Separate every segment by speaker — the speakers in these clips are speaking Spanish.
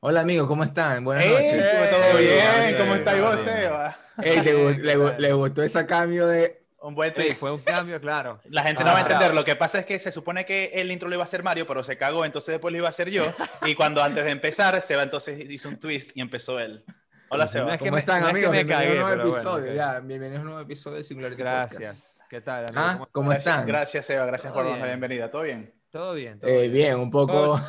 Speaker 1: Hola amigos, ¿cómo están? Buenas
Speaker 2: ¡Ey!
Speaker 1: noches.
Speaker 2: ¿Cómo todo
Speaker 3: Ey,
Speaker 2: bien?
Speaker 3: bien,
Speaker 2: ¿Cómo estáis
Speaker 3: bien,
Speaker 2: vos,
Speaker 3: bien.
Speaker 2: Seba?
Speaker 1: Ey, le, gu- le gu- le gustó ese cambio de...
Speaker 2: Un buen
Speaker 3: Sí,
Speaker 2: trip.
Speaker 3: fue un cambio, claro.
Speaker 2: La gente no va a
Speaker 3: Ah.
Speaker 2: entender. Lo que pasa es que se supone que el intro lo iba a hacer Mario, pero se cagó, entonces después lo iba a hacer yo. Y cuando antes de empezar, Seba entonces hizo un twist y empezó él. Hola,
Speaker 3: No
Speaker 2: Seba.
Speaker 3: es que
Speaker 1: ¿Cómo
Speaker 3: me-
Speaker 1: están
Speaker 3: no es que
Speaker 1: amigos?
Speaker 3: me
Speaker 1: bienvenidos
Speaker 3: cagué,
Speaker 1: a un nuevo
Speaker 3: pero bueno,
Speaker 1: episodio.
Speaker 3: ok.
Speaker 1: ya, bienvenidos a un nuevo episodio de Singularity Este Podcast.
Speaker 3: Gracias. ¿Qué tal, amigo?
Speaker 1: Ah,
Speaker 3: ¿Cómo-
Speaker 1: ¿Cómo
Speaker 2: Gracias-
Speaker 1: están?
Speaker 2: Gracias, Seba. Gracias
Speaker 3: Todo
Speaker 2: por darnos la
Speaker 3: bien.
Speaker 2: bienvenida. ¿Todo bien?
Speaker 3: Todo bien, todo
Speaker 1: Eh,
Speaker 3: bien.
Speaker 1: bien, un poco...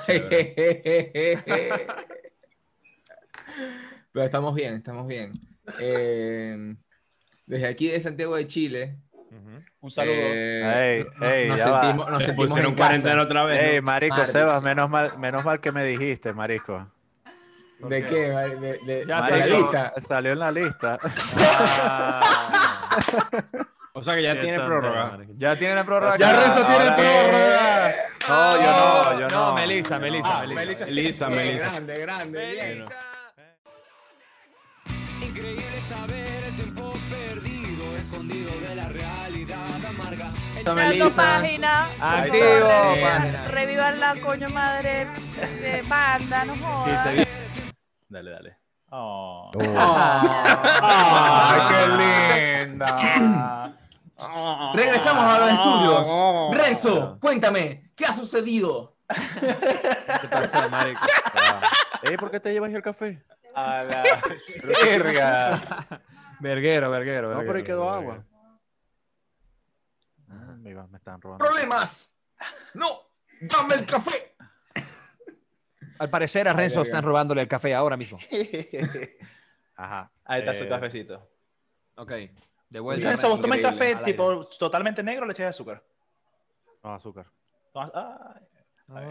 Speaker 1: Pero estamos bien, estamos bien. Eh, desde aquí de Santiago de Chile,
Speaker 3: Ujú.
Speaker 2: Un saludo.
Speaker 1: eh,
Speaker 4: Ey, ey,
Speaker 1: nos,
Speaker 4: ya va.
Speaker 1: sentimos, nos
Speaker 3: Se
Speaker 1: sentimos
Speaker 4: Pusieron
Speaker 1: en casa. Eh,
Speaker 4: cuarentena otra vez.
Speaker 1: Ey,
Speaker 4: ¿no?
Speaker 1: ¿no?
Speaker 4: Ey,
Speaker 1: marico,
Speaker 4: marico,
Speaker 1: Madre, Sebas,
Speaker 4: Sebas,
Speaker 1: sí.
Speaker 4: menos mal, menos mal que me dijiste, marico.
Speaker 1: ¿De
Speaker 3: Ok.
Speaker 1: qué? vale? ¿De, de-
Speaker 3: Ya
Speaker 1: de la
Speaker 3: salió.
Speaker 1: lista?
Speaker 4: Salió en la lista.
Speaker 3: Ah.
Speaker 5: O sea que ya tiene prórroga.
Speaker 4: Ya tiene la prórroga.
Speaker 2: Ya
Speaker 4: Ahora-
Speaker 2: Renzo tiene
Speaker 4: ahora-
Speaker 2: prórroga.
Speaker 4: No, yo no, yo
Speaker 3: No,
Speaker 4: no.
Speaker 3: Melissa,
Speaker 4: Yo
Speaker 3: Melissa,
Speaker 4: no.
Speaker 2: Ah, Melissa.
Speaker 5: Elisa,
Speaker 1: Bien,
Speaker 5: Melissa.
Speaker 1: grande, grande. bien.
Speaker 6: Increíble saber el tiempo perdido, escondido de la realidad amarga.
Speaker 7: Entrando página.
Speaker 4: Activo,
Speaker 7: Revivan-
Speaker 4: página.
Speaker 7: Revivan la coño madre de banda, no jodas.
Speaker 2: Dale, dale. Oh.
Speaker 3: Ah.
Speaker 1: Ah.
Speaker 2: ¡Ay, qué linda! Oh.
Speaker 1: Regresamos a los estudios.
Speaker 2: Oh.
Speaker 1: Renzo, cuéntame, ¿qué ha sucedido?
Speaker 3: ¿Qué pasó, marico?
Speaker 4: Ey, ¿por qué te llevas el café?
Speaker 2: A la verga.
Speaker 3: Verguero, verguero.
Speaker 4: No,
Speaker 3: verguero,
Speaker 4: pero ahí quedó
Speaker 3: verguero.
Speaker 4: agua. Ah, Me iba- me están robando.
Speaker 1: ¡Problemas! ¡No! ¡Dame el café!
Speaker 3: Al parecer a Renzo
Speaker 1: verga.
Speaker 3: están robándole el café ahora mismo.
Speaker 4: Ajá.
Speaker 2: Ahí está su
Speaker 4: Eh,
Speaker 2: cafecito.
Speaker 3: Ok, de
Speaker 1: vuelta.
Speaker 3: vuelta.
Speaker 2: Renzo, ¿vos tomas el
Speaker 1: Increíble.
Speaker 2: café
Speaker 3: Al aire. Ah,
Speaker 2: tipo totalmente negro o le echas azúcar?
Speaker 4: No, azúcar.
Speaker 2: Tomas- "Ah, ay.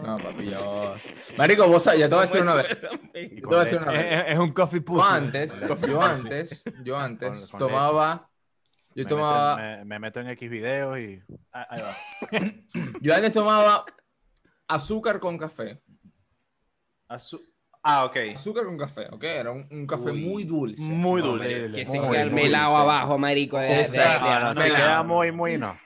Speaker 1: No, papi, yo. Marico, vos sabés, ya te voy a decir una vez.
Speaker 4: Y
Speaker 1: Te
Speaker 4: con
Speaker 1: voy a decir
Speaker 4: leche.
Speaker 1: una vez.
Speaker 3: Es, es un coffee
Speaker 1: Yo
Speaker 3: pussy.
Speaker 1: antes, yo antes, yo antes
Speaker 4: Con- con
Speaker 1: tomaba.
Speaker 4: Me
Speaker 1: Yo
Speaker 4: meto-
Speaker 1: tomaba.
Speaker 4: Me, me meto en X videos y.
Speaker 2: Ah, Ahí va.
Speaker 1: Yo antes tomaba azúcar con café.
Speaker 2: Azu- ah, ok.
Speaker 1: Azúcar con café, ¿ok? Era un, un café
Speaker 2: Uy.
Speaker 1: muy dulce.
Speaker 2: Muy dulce.
Speaker 3: Horrible.
Speaker 8: Que se
Speaker 4: Muy
Speaker 8: queda el
Speaker 4: dulce.
Speaker 8: melado abajo, marico. de- de-
Speaker 1: Exacto.
Speaker 8: de-
Speaker 4: No, no, se
Speaker 1: Melao.
Speaker 4: queda muy, muy no.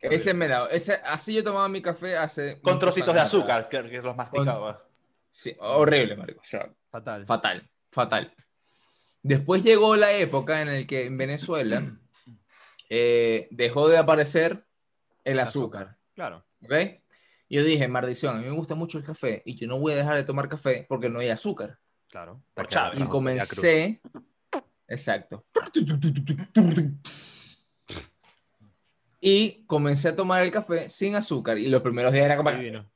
Speaker 1: Ese me la. Ese, así yo tomaba mi café hace.
Speaker 2: Con
Speaker 1: muchos
Speaker 2: trocitos de
Speaker 1: años atrás.
Speaker 2: azúcar, que, que los masticaba.
Speaker 1: Sí, horrible, marico. o sea,
Speaker 3: Fatal.
Speaker 1: Fatal, fatal. Después llegó la época en el que en Venezuela eh, dejó de aparecer el azúcar.
Speaker 3: Claro.
Speaker 1: ¿ok? Yo dije, maldición, a mí me gusta mucho el café y yo no voy a dejar de tomar café porque no hay azúcar.
Speaker 3: Claro.
Speaker 2: Por Chávez.
Speaker 1: Y
Speaker 4: Claro,
Speaker 1: comencé, exacto. Y comencé a tomar el café sin azúcar y los primeros días era como...
Speaker 3: Divino.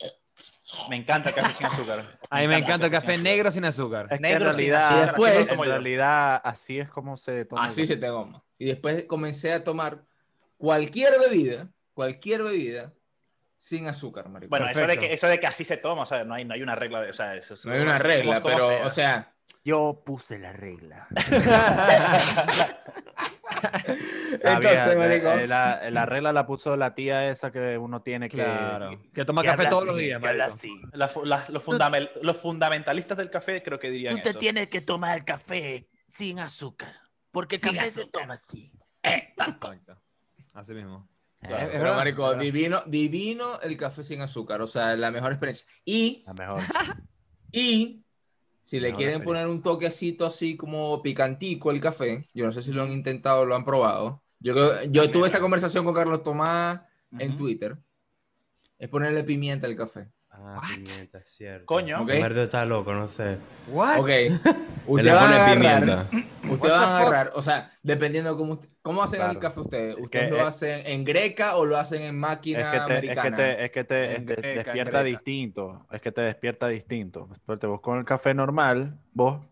Speaker 2: Me encanta el café sin azúcar.
Speaker 3: A mí me encanta
Speaker 2: sin
Speaker 3: el café
Speaker 2: azúcar.
Speaker 3: negro sin azúcar.
Speaker 4: Es que en
Speaker 2: Negro sin
Speaker 4: realidad,
Speaker 2: azúcar, así
Speaker 1: después-
Speaker 2: lo tomo
Speaker 4: en
Speaker 2: yo.
Speaker 4: realidad, así es como se toma. el
Speaker 1: Así
Speaker 4: café.
Speaker 1: se te goma. Y después comencé a tomar cualquier bebida, cualquier bebida, sin azúcar, marico. Pues,
Speaker 2: Bueno, eso de,
Speaker 3: Perfecto.
Speaker 2: que, eso de que así se toma, o sea, no hay, no hay una regla de, o sea, eso es-
Speaker 1: no hay una regla,
Speaker 2: como-
Speaker 1: pero,
Speaker 2: como sea.
Speaker 1: o sea,
Speaker 4: Yo puse la regla.
Speaker 1: entonces, marico,
Speaker 4: eh, la, la- la regla la puso la tía esa que uno tiene que.
Speaker 3: Claro.
Speaker 4: que
Speaker 3: Que toma café
Speaker 4: habla
Speaker 3: todos los
Speaker 4: así,
Speaker 3: días,
Speaker 4: que habla
Speaker 3: marico.
Speaker 4: así.
Speaker 2: La fu- la- los, fundamen- los fundamentalistas del café creo que dirían
Speaker 9: Tú te
Speaker 2: eso.
Speaker 9: tienes que tomar el café sin azúcar, porque el café se toma así.
Speaker 3: Exacto. Así mismo.
Speaker 2: Claro.
Speaker 3: Es- es
Speaker 1: pero,
Speaker 3: verdad,
Speaker 1: marico,
Speaker 3: es verdad.
Speaker 1: divino, divino el café sin azúcar, o sea, la mejor experiencia. Y,
Speaker 4: La mejor.
Speaker 1: y, si le
Speaker 4: Mejor
Speaker 1: quieren
Speaker 4: experiencia.
Speaker 1: poner un toquecito así como picantico el café, yo no sé si lo han intentado o lo han probado. Yo, creo- yo tuve esta conversación con Carlos Tomás en
Speaker 2: Ujú.
Speaker 1: Twitter, es ponerle pimienta al café.
Speaker 8: Ah, pimienta, es cierto.
Speaker 2: Coño.
Speaker 1: Ok.
Speaker 8: Mardo está loco, no sé.
Speaker 3: What?
Speaker 1: Ok.
Speaker 5: Se
Speaker 1: Usted
Speaker 5: le
Speaker 1: va a
Speaker 5: pone
Speaker 1: agarrar-
Speaker 5: pimienta.
Speaker 1: Usted va
Speaker 3: What the
Speaker 1: a agarrar, o sea, dependiendo de cómo, usted- cómo hacen el
Speaker 4: Claro.
Speaker 1: café ustedes.
Speaker 4: que
Speaker 1: ¿Ustedes
Speaker 4: es-
Speaker 1: lo hacen en greca o lo hacen en máquina
Speaker 4: Es que te, es que
Speaker 1: americana?
Speaker 4: te, es que te,
Speaker 3: En
Speaker 4: te
Speaker 3: greca, en
Speaker 4: despierta
Speaker 3: greca.
Speaker 4: distinto. Es que te despierta distinto. Porque vos con el café normal, vos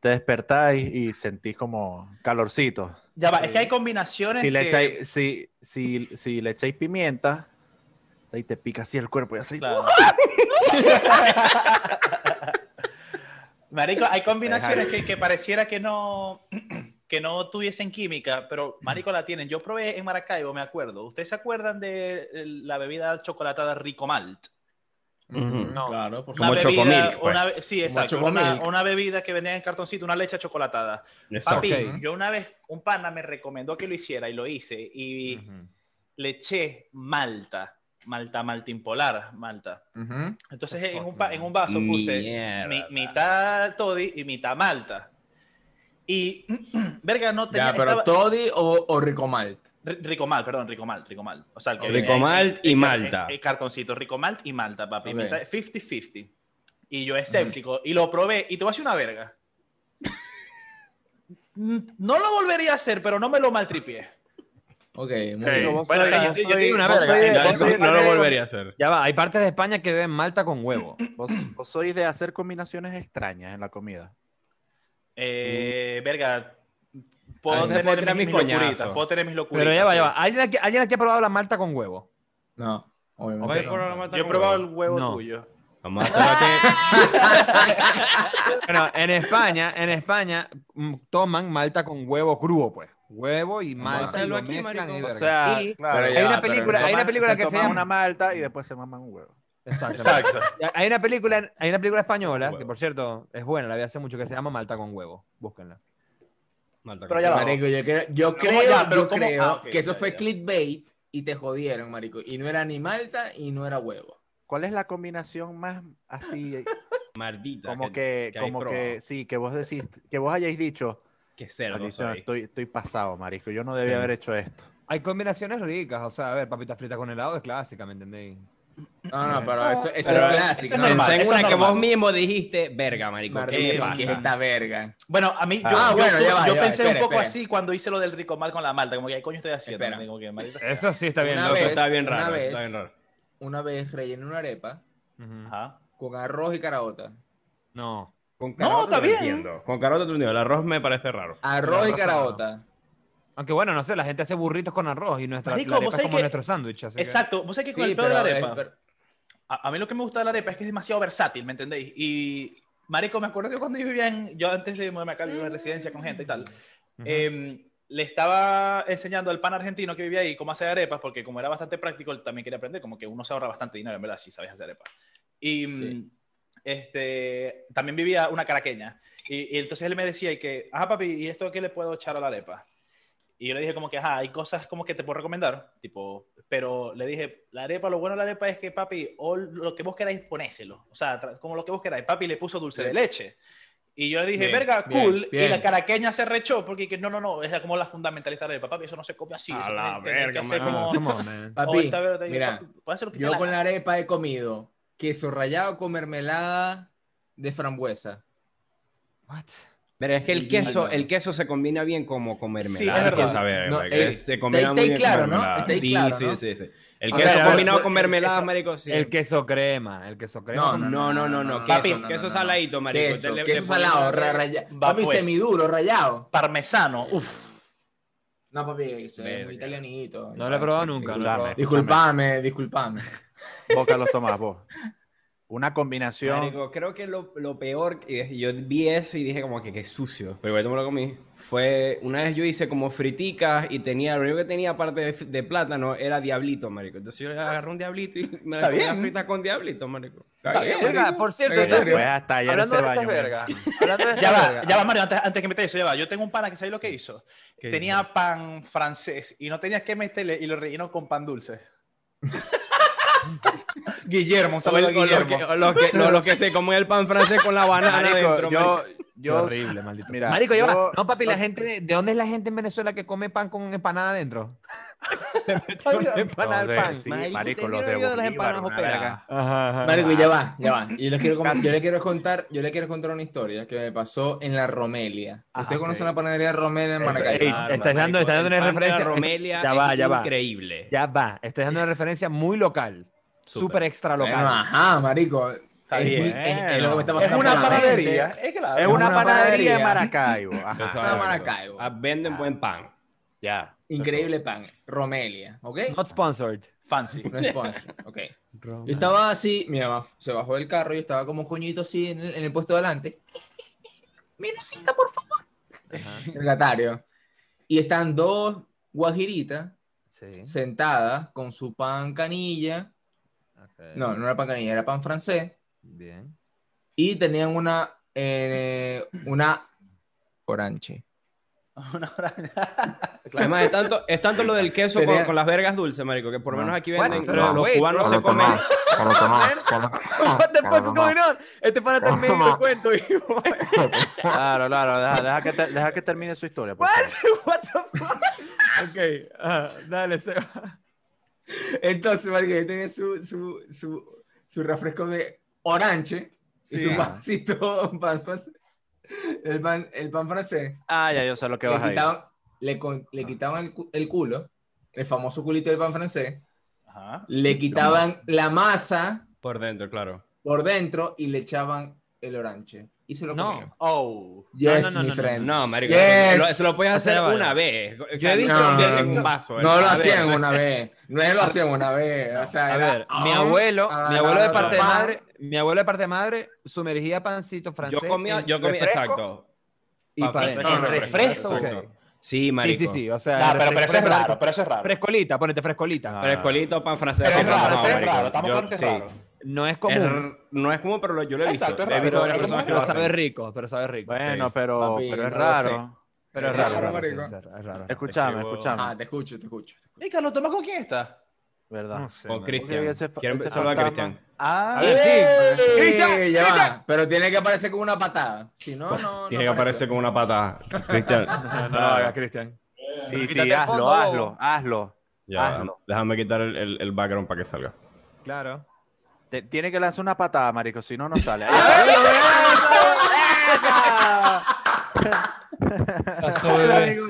Speaker 4: te despertáis y sentís como calorcito.
Speaker 2: Ya va, es que hay combinaciones
Speaker 4: Si le
Speaker 2: que-
Speaker 4: echáis, si, si, si le echáis pimienta, ahí te pica así el cuerpo y así. ¡ah!
Speaker 2: Claro. Marico, hay combinaciones que, que pareciera que no, que no tuviesen química, pero Marico la tienen. Yo probé en Maracaibo, me acuerdo. ¿Ustedes se acuerdan de eh, la bebida chocolatada Rico Malt?
Speaker 1: No. Claro, por
Speaker 5: Como
Speaker 1: favor.
Speaker 2: Una
Speaker 5: Chocomilk,
Speaker 2: bebida-
Speaker 5: pues.
Speaker 2: una be- sí,
Speaker 1: Como
Speaker 2: exacto. Una,
Speaker 1: Chocomilk.
Speaker 2: una bebida que vendían en cartoncito, una leche chocolatada.
Speaker 5: Exacto.
Speaker 2: Papi,
Speaker 3: Ok.
Speaker 2: yo una vez, un pana me recomendó que lo hiciera y lo hice. Y
Speaker 3: Ujú.
Speaker 2: le eché malta. Malta, maltimpolar, Malta.
Speaker 1: Ujú.
Speaker 2: Entonces en un, pa- en un vaso puse mi- mitad toddy y mitad malta. Y, verga, no tenía...
Speaker 1: Ya, pero
Speaker 2: estaba-
Speaker 1: Toddy o, o Rico Malt.
Speaker 2: Ri- Ricomal, perdón, Ricomal, Ricomal. O sea, el que
Speaker 8: Rico
Speaker 2: viene ahí,
Speaker 8: Malt y
Speaker 2: el-
Speaker 8: Malta.
Speaker 2: El, el cartoncito Ricomalt y Malta, papi.
Speaker 1: Ok.
Speaker 2: Mitad- 50-50. Y yo escéptico. Y lo probé y te voy a hacer una verga. N- no lo volvería a hacer, pero no me lo maltripié.
Speaker 1: Ok, muy
Speaker 5: Sí.
Speaker 1: bien.
Speaker 4: vos
Speaker 5: Bueno,
Speaker 4: sois-
Speaker 5: yo-
Speaker 4: vos
Speaker 5: yo
Speaker 4: sois-
Speaker 5: digo una
Speaker 4: vos
Speaker 5: verga.
Speaker 4: sois de-
Speaker 5: Ya,
Speaker 4: vos
Speaker 5: eso
Speaker 4: sois
Speaker 5: no lo
Speaker 4: de-
Speaker 5: volvería a hacer.
Speaker 3: Ya va, hay partes de España que beben malta con huevo.
Speaker 4: Vos, vos sois de hacer combinaciones extrañas en la comida.
Speaker 2: Eh, Verga. Puedo
Speaker 8: Ahí se
Speaker 2: tener,
Speaker 8: puede tirar
Speaker 2: mis,
Speaker 8: mis
Speaker 2: locuritas.
Speaker 8: coñazos.
Speaker 2: Puedo tener mis locuritas.
Speaker 3: Pero ya va, ya
Speaker 2: sí.
Speaker 3: va. ¿Alguien aquí, alguien aquí ha probado la malta con huevo?
Speaker 1: No, obviamente.
Speaker 3: Ok,
Speaker 1: no.
Speaker 8: por la mata
Speaker 2: Yo he
Speaker 8: con
Speaker 2: probado el
Speaker 8: huevo.
Speaker 2: huevo
Speaker 3: No.
Speaker 2: tuyo.
Speaker 8: Vamos a hacer
Speaker 3: Bueno, en España, en España mm, toman malta con huevo crudo, pues. Huevo y malta. y
Speaker 8: hazlo
Speaker 3: lo
Speaker 8: aquí,
Speaker 3: mezclan
Speaker 8: marico.
Speaker 3: y
Speaker 8: O
Speaker 4: O
Speaker 3: verga.
Speaker 4: sea,
Speaker 2: Y-
Speaker 4: claro,
Speaker 1: Pero
Speaker 3: hay
Speaker 1: ya,
Speaker 3: una
Speaker 1: pero
Speaker 3: película, hay una
Speaker 4: toman-
Speaker 3: película
Speaker 4: se
Speaker 3: que se
Speaker 4: toman
Speaker 3: llama
Speaker 4: una malta y después se maman un huevo.
Speaker 3: Exacto.
Speaker 2: Exacto.
Speaker 3: Hay una película, hay una película española
Speaker 8: Huevo.
Speaker 3: que por cierto es buena, la vi hace mucho que se llama Malta con huevo. Búsquenla.
Speaker 8: Malta
Speaker 2: Pero
Speaker 8: con
Speaker 2: ya va.
Speaker 8: huevo.
Speaker 1: Marico, yo creo, yo
Speaker 2: ¿Cómo
Speaker 1: creo,
Speaker 2: ya? Pero
Speaker 1: yo
Speaker 2: ¿cómo?
Speaker 1: creo
Speaker 2: Ah, ok,
Speaker 1: que eso
Speaker 2: ya,
Speaker 1: fue
Speaker 2: ya.
Speaker 1: clickbait y te jodieron, marico. Y no era ni malta y no era huevo.
Speaker 4: ¿Cuál es la combinación más así,
Speaker 8: Maldita.
Speaker 4: como que,
Speaker 8: que hay
Speaker 4: como que,
Speaker 8: probado.
Speaker 4: sí, que vos decís, que vos hayáis dicho,
Speaker 8: Que cerdo
Speaker 4: "Marico,
Speaker 8: soy.
Speaker 4: estoy, estoy pasado, marisco, yo no debía haber hecho esto.
Speaker 3: Hay combinaciones ricas, o sea, a ver, papitas fritas con helado es clásica, ¿me entendéis?
Speaker 1: No, no, pero eso, eso
Speaker 8: Pero
Speaker 1: es clásico.
Speaker 2: eso es
Speaker 1: no,
Speaker 2: normal.
Speaker 8: Pensé en
Speaker 2: eso
Speaker 8: una
Speaker 2: es
Speaker 8: que
Speaker 2: normal.
Speaker 8: vos mismo dijiste, verga, marico, ¿qué
Speaker 1: Martín,
Speaker 8: le
Speaker 1: ¿qué es
Speaker 8: pasa?
Speaker 1: esta verga?
Speaker 2: Bueno, a mí, yo,
Speaker 1: Ah,
Speaker 2: yo-
Speaker 1: bueno, ya va,
Speaker 2: yo
Speaker 1: ya va,
Speaker 2: pensé
Speaker 1: espera,
Speaker 2: un poco
Speaker 1: espera.
Speaker 2: así cuando hice lo del rico mal con la malta, como que, ¿qué coño estoy haciendo?
Speaker 1: Espera.
Speaker 2: Como que, maldita sea.
Speaker 3: Eso sí está bien.
Speaker 1: Una
Speaker 8: No,
Speaker 3: loco.
Speaker 8: eso
Speaker 1: vez,
Speaker 8: está bien
Speaker 1: una
Speaker 8: raro, eso está
Speaker 1: vez.
Speaker 8: bien raro.
Speaker 1: Una vez rellené una arepa
Speaker 3: Ujú.
Speaker 2: Ajá.
Speaker 1: con arroz y caraota.
Speaker 3: Ah, No.
Speaker 8: Con
Speaker 2: No, está
Speaker 8: te lo
Speaker 2: bien.
Speaker 8: entiendo. Con carota te lo entiendo. El arroz me parece raro.
Speaker 1: Arroz y
Speaker 3: arroz
Speaker 1: caraota.
Speaker 3: Aunque bueno, no sé, la gente hace burritos con arroz y nuestra
Speaker 2: Marico,
Speaker 3: la arepa
Speaker 2: vos
Speaker 3: es
Speaker 2: sabés
Speaker 3: como
Speaker 2: que-
Speaker 3: nuestro sándwich. así que-
Speaker 2: Exacto. ¿Vos sabés que con
Speaker 1: Sí,
Speaker 2: el pedo de la
Speaker 1: pero-
Speaker 2: arepa?
Speaker 1: pero-
Speaker 2: A, a mí lo que me gusta de la arepa es que es demasiado versátil, ¿me entendéis? Y, marico, me acuerdo que cuando yo vivía en... Yo antes de mudarme acá, vivía en residencia con gente y tal.
Speaker 3: Ujú.
Speaker 2: eh, le estaba enseñando al pan argentino que vivía ahí cómo hacer arepas, porque como era bastante práctico, él también quería aprender, como que uno se ahorra bastante dinero, en verdad, si sabes hacer arepas. Y
Speaker 1: Sí.
Speaker 2: mm, este, también vivía una caraqueña. Y, y entonces él me decía y que, ajá, papi, ¿y esto qué le puedo echar a la arepa? Y yo le dije como que, ajá, hay cosas como que te puedo recomendar, tipo, pero le dije, la arepa, lo bueno de la arepa es que, papi, o lo que vos queráis, ponéselo. O sea, tra- como lo que vos queráis. Papi le puso dulce de leche. Y yo le dije,
Speaker 1: Bien,
Speaker 2: verga,
Speaker 1: bien,
Speaker 2: cool. Y
Speaker 1: bien.
Speaker 2: la caraqueña se rechó porque que, no, no, no, es como la fundamentalista de arepa. Papi, eso no se come así.
Speaker 8: A
Speaker 2: eso
Speaker 8: la
Speaker 2: tiene- tiene que
Speaker 8: verga,
Speaker 2: hacer
Speaker 8: mano.
Speaker 2: como- "Oh,
Speaker 3: Come on, man.
Speaker 2: o
Speaker 1: Papi,
Speaker 2: esta verga,
Speaker 1: mira,
Speaker 2: papi, puedes hacer lo que te
Speaker 1: yo
Speaker 2: la
Speaker 1: con
Speaker 2: gana.
Speaker 1: la arepa he comido queso rallado con mermelada de frambuesa.
Speaker 3: What?
Speaker 8: Pero es que el
Speaker 1: Y-
Speaker 8: queso,
Speaker 1: y-
Speaker 8: el queso se combina bien como con mermelada.
Speaker 2: Sí, es verdad.
Speaker 8: quién sabe,
Speaker 1: No,
Speaker 8: marico,
Speaker 1: ey,
Speaker 8: se combina
Speaker 1: está-
Speaker 8: muy
Speaker 1: está
Speaker 8: bien
Speaker 1: claro,
Speaker 8: con
Speaker 1: ¿no?
Speaker 8: mermelada.
Speaker 1: Está
Speaker 8: sí,
Speaker 1: claro,
Speaker 8: sí,
Speaker 1: ¿no?
Speaker 8: sí, sí. El
Speaker 1: O
Speaker 8: queso
Speaker 3: sea,
Speaker 8: combinado
Speaker 1: el-
Speaker 8: con
Speaker 1: el
Speaker 8: mermelada,
Speaker 1: queso-
Speaker 8: marico, sí.
Speaker 3: El queso crema, el queso crema. con-
Speaker 8: no, no, no, no,
Speaker 1: Papi,
Speaker 8: queso- queso saladito, marico.
Speaker 1: Queso,
Speaker 8: Te le-
Speaker 1: queso
Speaker 8: le pones-
Speaker 1: salado, ra- raya-
Speaker 2: Va,
Speaker 1: Papi,
Speaker 2: pues.
Speaker 1: semiduro, rallado.
Speaker 2: Parmesano, uff.
Speaker 1: No, papi, eso es
Speaker 8: Verga.
Speaker 1: muy italianito.
Speaker 3: No lo he probado nunca. no lo he probado.
Speaker 1: Disculpame, disculpame.
Speaker 4: Vos, Carlos Tomás, vos. Una combinación.
Speaker 8: Marico, creo que lo, lo peor, y yo vi eso y dije como que qué sucio, pero igual me lo comí. Fue, una vez yo hice como friticas y tenía, lo único que tenía aparte de, de plátano era diablito, marico. Entonces yo le agarré un diablito y me la
Speaker 2: Está
Speaker 8: comí
Speaker 2: bien.
Speaker 8: frita con diablito, marico.
Speaker 3: Verga, por cierto,
Speaker 1: Verga.
Speaker 3: entonces-
Speaker 4: Pues hasta allá en
Speaker 3: hablando
Speaker 4: ese
Speaker 3: de estas
Speaker 4: baño.
Speaker 3: vergas. Hablando de
Speaker 2: Ya
Speaker 3: estas
Speaker 2: va,
Speaker 3: vergas.
Speaker 2: ya va, Mario, antes, antes que metas eso, ya va. Yo tengo un pana que sabe lo que hizo.
Speaker 8: ¿Qué
Speaker 2: tenía pan francés y no tenías que meterle y lo rellenó con pan dulce. Guillermo, un
Speaker 8: O el-
Speaker 2: saludo a
Speaker 8: o los
Speaker 2: Guillermo.
Speaker 8: que, o los que- no, los que se comen el pan francés con la banana
Speaker 4: Marico,
Speaker 8: dentro, marico.
Speaker 4: yo, yo,
Speaker 3: horrible, maldito.
Speaker 4: mira,
Speaker 3: Marico, ya va.
Speaker 4: yo-
Speaker 3: No, papi, la
Speaker 4: yo-
Speaker 3: gente. ¿De dónde es la gente en Venezuela que come pan con empanada adentro? empanada
Speaker 4: Los de-
Speaker 3: al pan.
Speaker 4: sí,
Speaker 8: Marico,
Speaker 4: marico,
Speaker 8: ¿ustedes
Speaker 4: los de
Speaker 8: vieron el video de las
Speaker 4: Bolívar,
Speaker 8: empanadas
Speaker 4: una
Speaker 8: operadas?
Speaker 4: verga.
Speaker 1: Marico, ya va, ya va. Yo les quiero, com- yo les quiero contar, yo les quiero contar una historia que me pasó en la Romelia.
Speaker 3: Ajá,
Speaker 1: ¿Usted conoce
Speaker 3: ok.
Speaker 1: la panadería Romelia en
Speaker 3: Eso,
Speaker 1: Maracaibo?
Speaker 3: ey, estás dando- estás dando una referencia.
Speaker 8: Romelia
Speaker 3: Ya va,
Speaker 8: es
Speaker 3: ya va.
Speaker 8: increíble.
Speaker 3: Ya va. Estoy dando una referencia muy local. Súper extra
Speaker 1: Bueno,
Speaker 3: local.
Speaker 1: ajá, marico. es,
Speaker 2: bien.
Speaker 1: muy- es- es lo que me está
Speaker 2: Es
Speaker 1: pasando
Speaker 2: una
Speaker 1: por la mente.
Speaker 2: panadería. Es claro.
Speaker 4: Es una
Speaker 1: una
Speaker 4: panadería de
Speaker 1: panadería.
Speaker 4: Maracaibo. Ajá.
Speaker 8: Eso
Speaker 1: Ah,
Speaker 8: es.
Speaker 1: Maracaibo.
Speaker 8: Ah, Venden buen pan.
Speaker 4: Ya.
Speaker 1: Increíble pan. Romelia, ¿ok?
Speaker 3: Not sponsored.
Speaker 2: Fancy.
Speaker 1: No es sponsor, ok. Yo estaba así, mi mamá se bajó del carro y estaba como un coñito así en el, en el puesto de delante. Menosita, por favor. Regatario. Y están dos guajiritas
Speaker 3: Sí.
Speaker 1: sentadas con su pan canilla. No, no era pan canilla, era pan francés.
Speaker 3: Bien.
Speaker 1: Y tenían una, eh, una orange.
Speaker 2: Una hora-
Speaker 8: Además, es tanto, es tanto lo del queso
Speaker 1: Tenía-
Speaker 8: con, con las vergas dulces, marico, que por lo
Speaker 10: No.
Speaker 8: menos aquí
Speaker 3: What?
Speaker 8: venden,
Speaker 3: Pero,
Speaker 8: los
Speaker 3: wait,
Speaker 8: cubanos se comen...
Speaker 1: Ah,
Speaker 3: What the fuck's going on? Este pana está en medio del cuento. y-
Speaker 4: Claro, claro, deja, deja que, te- deja que termine su historia. por favor.
Speaker 3: What the fuck? Ok, ah, dale, Seba.
Speaker 1: Entonces, marico, yo tenía su, su, su, su refresco de orange y
Speaker 3: Sí.
Speaker 1: su pancito, pan francés. El pan, el pan francés.
Speaker 4: Ah, ya, yo sé lo que vas
Speaker 1: Le
Speaker 4: a ir.
Speaker 1: quitaban, le, con- le quitaban el, cu- el culo, el famoso culito del pan francés.
Speaker 2: Ajá.
Speaker 1: Le quitaban la masa
Speaker 8: Por dentro, claro.
Speaker 1: por dentro y le echaban el orange. Y se lo
Speaker 3: No.
Speaker 1: comían.
Speaker 2: Oh.
Speaker 1: Yes,
Speaker 3: no, no,
Speaker 1: mi
Speaker 3: no, no,
Speaker 1: friend.
Speaker 8: No, marico,
Speaker 1: Yes.
Speaker 8: lo- se lo puedes
Speaker 3: O
Speaker 8: hacer
Speaker 3: sea, vale.
Speaker 8: una vez. O
Speaker 3: Yo he
Speaker 8: sea, no
Speaker 3: visto-
Speaker 8: se convierte en
Speaker 1: no,
Speaker 8: un vaso.
Speaker 1: No lo
Speaker 8: A ver,
Speaker 1: hacían
Speaker 8: o sea,
Speaker 1: una vez. No lo hacían una vez. O sea,
Speaker 3: A
Speaker 1: era,
Speaker 3: ver, mi
Speaker 1: ah,
Speaker 3: abuelo,
Speaker 1: ah,
Speaker 3: mi abuelo de
Speaker 1: ah,
Speaker 3: parte de
Speaker 1: ah,
Speaker 3: madre, mi abuelo de parte de madre sumergía pancito francés.
Speaker 8: Yo comía,
Speaker 3: en
Speaker 8: yo comía,
Speaker 3: refresco
Speaker 8: exacto.
Speaker 3: Y
Speaker 8: Pa-
Speaker 3: pan-
Speaker 8: francés con
Speaker 3: no,
Speaker 2: refresco,
Speaker 3: refresco.
Speaker 8: exacto. Sí, marico.
Speaker 3: Sí, sí, sí. O sea,
Speaker 2: Nah, pero,
Speaker 3: refresco
Speaker 2: pero eso es
Speaker 3: de
Speaker 2: raro,
Speaker 3: blanco.
Speaker 2: pero eso es raro.
Speaker 3: Frescolita, ponete frescolita.
Speaker 8: Pero escolito, pan francés.
Speaker 2: Pero es
Speaker 8: no,
Speaker 2: raro,
Speaker 8: no,
Speaker 2: eso es
Speaker 8: marico.
Speaker 2: raro. Estamos
Speaker 8: Yo-
Speaker 2: claro que es
Speaker 8: sí.
Speaker 2: raro.
Speaker 3: No es
Speaker 8: Es
Speaker 3: común.
Speaker 8: r- no es común, pero lo- yo lo he visto.
Speaker 2: Exacto, es
Speaker 8: He
Speaker 2: raro,
Speaker 8: visto
Speaker 2: pero-
Speaker 8: varias
Speaker 2: pero
Speaker 8: personas que
Speaker 3: Pero
Speaker 8: lo
Speaker 3: sabe
Speaker 8: hacen.
Speaker 3: rico, pero sabe rico.
Speaker 4: Bueno, pero,
Speaker 1: Papi,
Speaker 4: pero es
Speaker 1: no lo sé.
Speaker 4: raro.
Speaker 3: Pero es
Speaker 1: Es
Speaker 3: raro.
Speaker 1: raro,
Speaker 3: raro, sí,
Speaker 1: marico.
Speaker 3: Es raro, es raro.
Speaker 4: Escuchame,
Speaker 8: huevo.
Speaker 4: escuchame.
Speaker 1: Ah, te escucho, te escucho. te escucho.
Speaker 2: Ey, Carlos Tomás, ¿con quién está?
Speaker 4: ¿Verdad?
Speaker 3: No sé,
Speaker 8: Con
Speaker 3: marico.
Speaker 4: Oye,
Speaker 8: Cristian.
Speaker 4: ese fa-
Speaker 8: Quieren
Speaker 4: ese
Speaker 8: saludar a
Speaker 4: fantasma.
Speaker 8: Cristian.
Speaker 3: Ah,
Speaker 4: A
Speaker 3: sí.
Speaker 1: ¡Ey!
Speaker 3: Cristian,
Speaker 1: pues, Ya va, Pero tiene que aparecer con una patada. Si no, no.
Speaker 8: Tiene que
Speaker 1: no
Speaker 8: aparecer con una pata. Cristian.
Speaker 3: No lo hagas, Cristian.
Speaker 4: Sí, sí,
Speaker 3: Quítate el
Speaker 4: hazlo,
Speaker 3: fondo.
Speaker 4: hazlo, hazlo.
Speaker 8: Ya,
Speaker 4: Hazlo.
Speaker 8: déjame quitar el, el- el background para que salga.
Speaker 3: Claro.
Speaker 4: Te- tiene que lanzar una patada, marico, si no, no sale.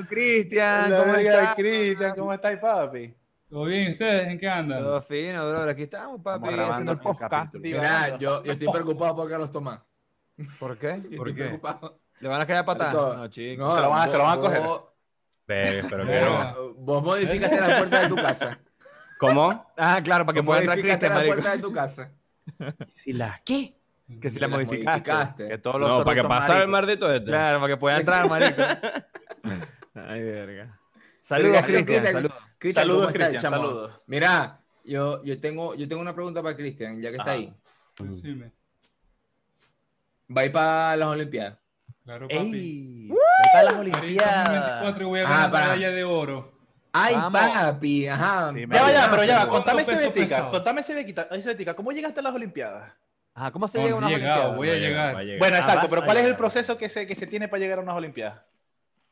Speaker 3: Cristian, ¿cómo estás?
Speaker 2: Cristian, ¿cómo estáis, papi?
Speaker 5: ¿Todo bien? ¿Ustedes en qué andan?
Speaker 3: Todo fino, brother. Aquí estamos, papi,
Speaker 4: grabando
Speaker 3: haciendo el
Speaker 4: el
Speaker 3: podcast.
Speaker 4: capítulo.
Speaker 1: Mira, yo, yo estoy preocupado por Carlos Tomás.
Speaker 3: ¿Por qué?
Speaker 1: Yo
Speaker 5: ¿Por
Speaker 1: estoy
Speaker 5: qué?
Speaker 1: preocupado.
Speaker 3: ¿Le van a caer patadas?
Speaker 1: Marico,
Speaker 3: No, chico.
Speaker 1: No,
Speaker 2: Se lo van a- se lo van a
Speaker 1: vos-
Speaker 2: coger.
Speaker 1: vos-
Speaker 8: Verga, espero que no.
Speaker 5: Verga.
Speaker 1: Vos, vos modificaste la puerta de tu casa.
Speaker 8: ¿Cómo?
Speaker 3: Ah, claro, para que
Speaker 1: Vos
Speaker 3: pueda entrar
Speaker 1: modificaste
Speaker 3: Cristian,
Speaker 1: la
Speaker 3: marico.
Speaker 1: puerta de tu casa.
Speaker 8: Si la qué?
Speaker 3: Que si la
Speaker 1: Las
Speaker 3: modificaste.
Speaker 4: Que
Speaker 1: modificaste.
Speaker 4: todos los
Speaker 8: No,
Speaker 4: zorros
Speaker 8: para que
Speaker 4: son
Speaker 8: pasara el
Speaker 4: maricos.
Speaker 8: mardito este.
Speaker 3: Claro, para que pueda entrar, marico. Ay, verga. Saludos,
Speaker 1: Gracias,
Speaker 3: Cristian.
Speaker 1: Cristian.
Speaker 3: Saludos.
Speaker 1: Cristian,
Speaker 2: Saludos,
Speaker 1: ¿cómo estás,
Speaker 2: Cristian,
Speaker 1: chamo?
Speaker 2: saludos.
Speaker 1: Mira, yo, yo, tengo, yo tengo una pregunta para Cristian, ya que está
Speaker 2: Ajá.
Speaker 1: ahí.
Speaker 5: Decime.
Speaker 1: Va a ir para las Olimpiadas.
Speaker 5: Claro, papi.
Speaker 2: ¡Ey! Están las
Speaker 5: Ahorita en 24 y voy a
Speaker 1: Ah,
Speaker 5: ganar
Speaker 1: para.
Speaker 5: medalla de oro.
Speaker 1: ¡Ay,
Speaker 3: Vamos.
Speaker 1: papi! Ajá.
Speaker 4: Sí, me-
Speaker 2: Ya va, ya, pero ya va.
Speaker 5: ¿Cuánto
Speaker 2: Contame ese
Speaker 5: peso
Speaker 2: betica.
Speaker 5: pesado?
Speaker 2: Contame ese betica. ese betica, ¿Cómo llegaste a las Olimpiadas?
Speaker 3: Ajá, ¿cómo se
Speaker 5: No,
Speaker 3: llega a
Speaker 5: no
Speaker 3: una
Speaker 5: he llegado,
Speaker 3: Olimpiadas?
Speaker 5: voy a llegar.
Speaker 8: Va a llegar.
Speaker 2: Bueno,
Speaker 3: Ah,
Speaker 2: exacto,
Speaker 3: vas
Speaker 2: pero
Speaker 3: a
Speaker 2: ¿cuál es el
Speaker 3: llegar.
Speaker 2: proceso que se, que se tiene para llegar a unas Olimpiadas?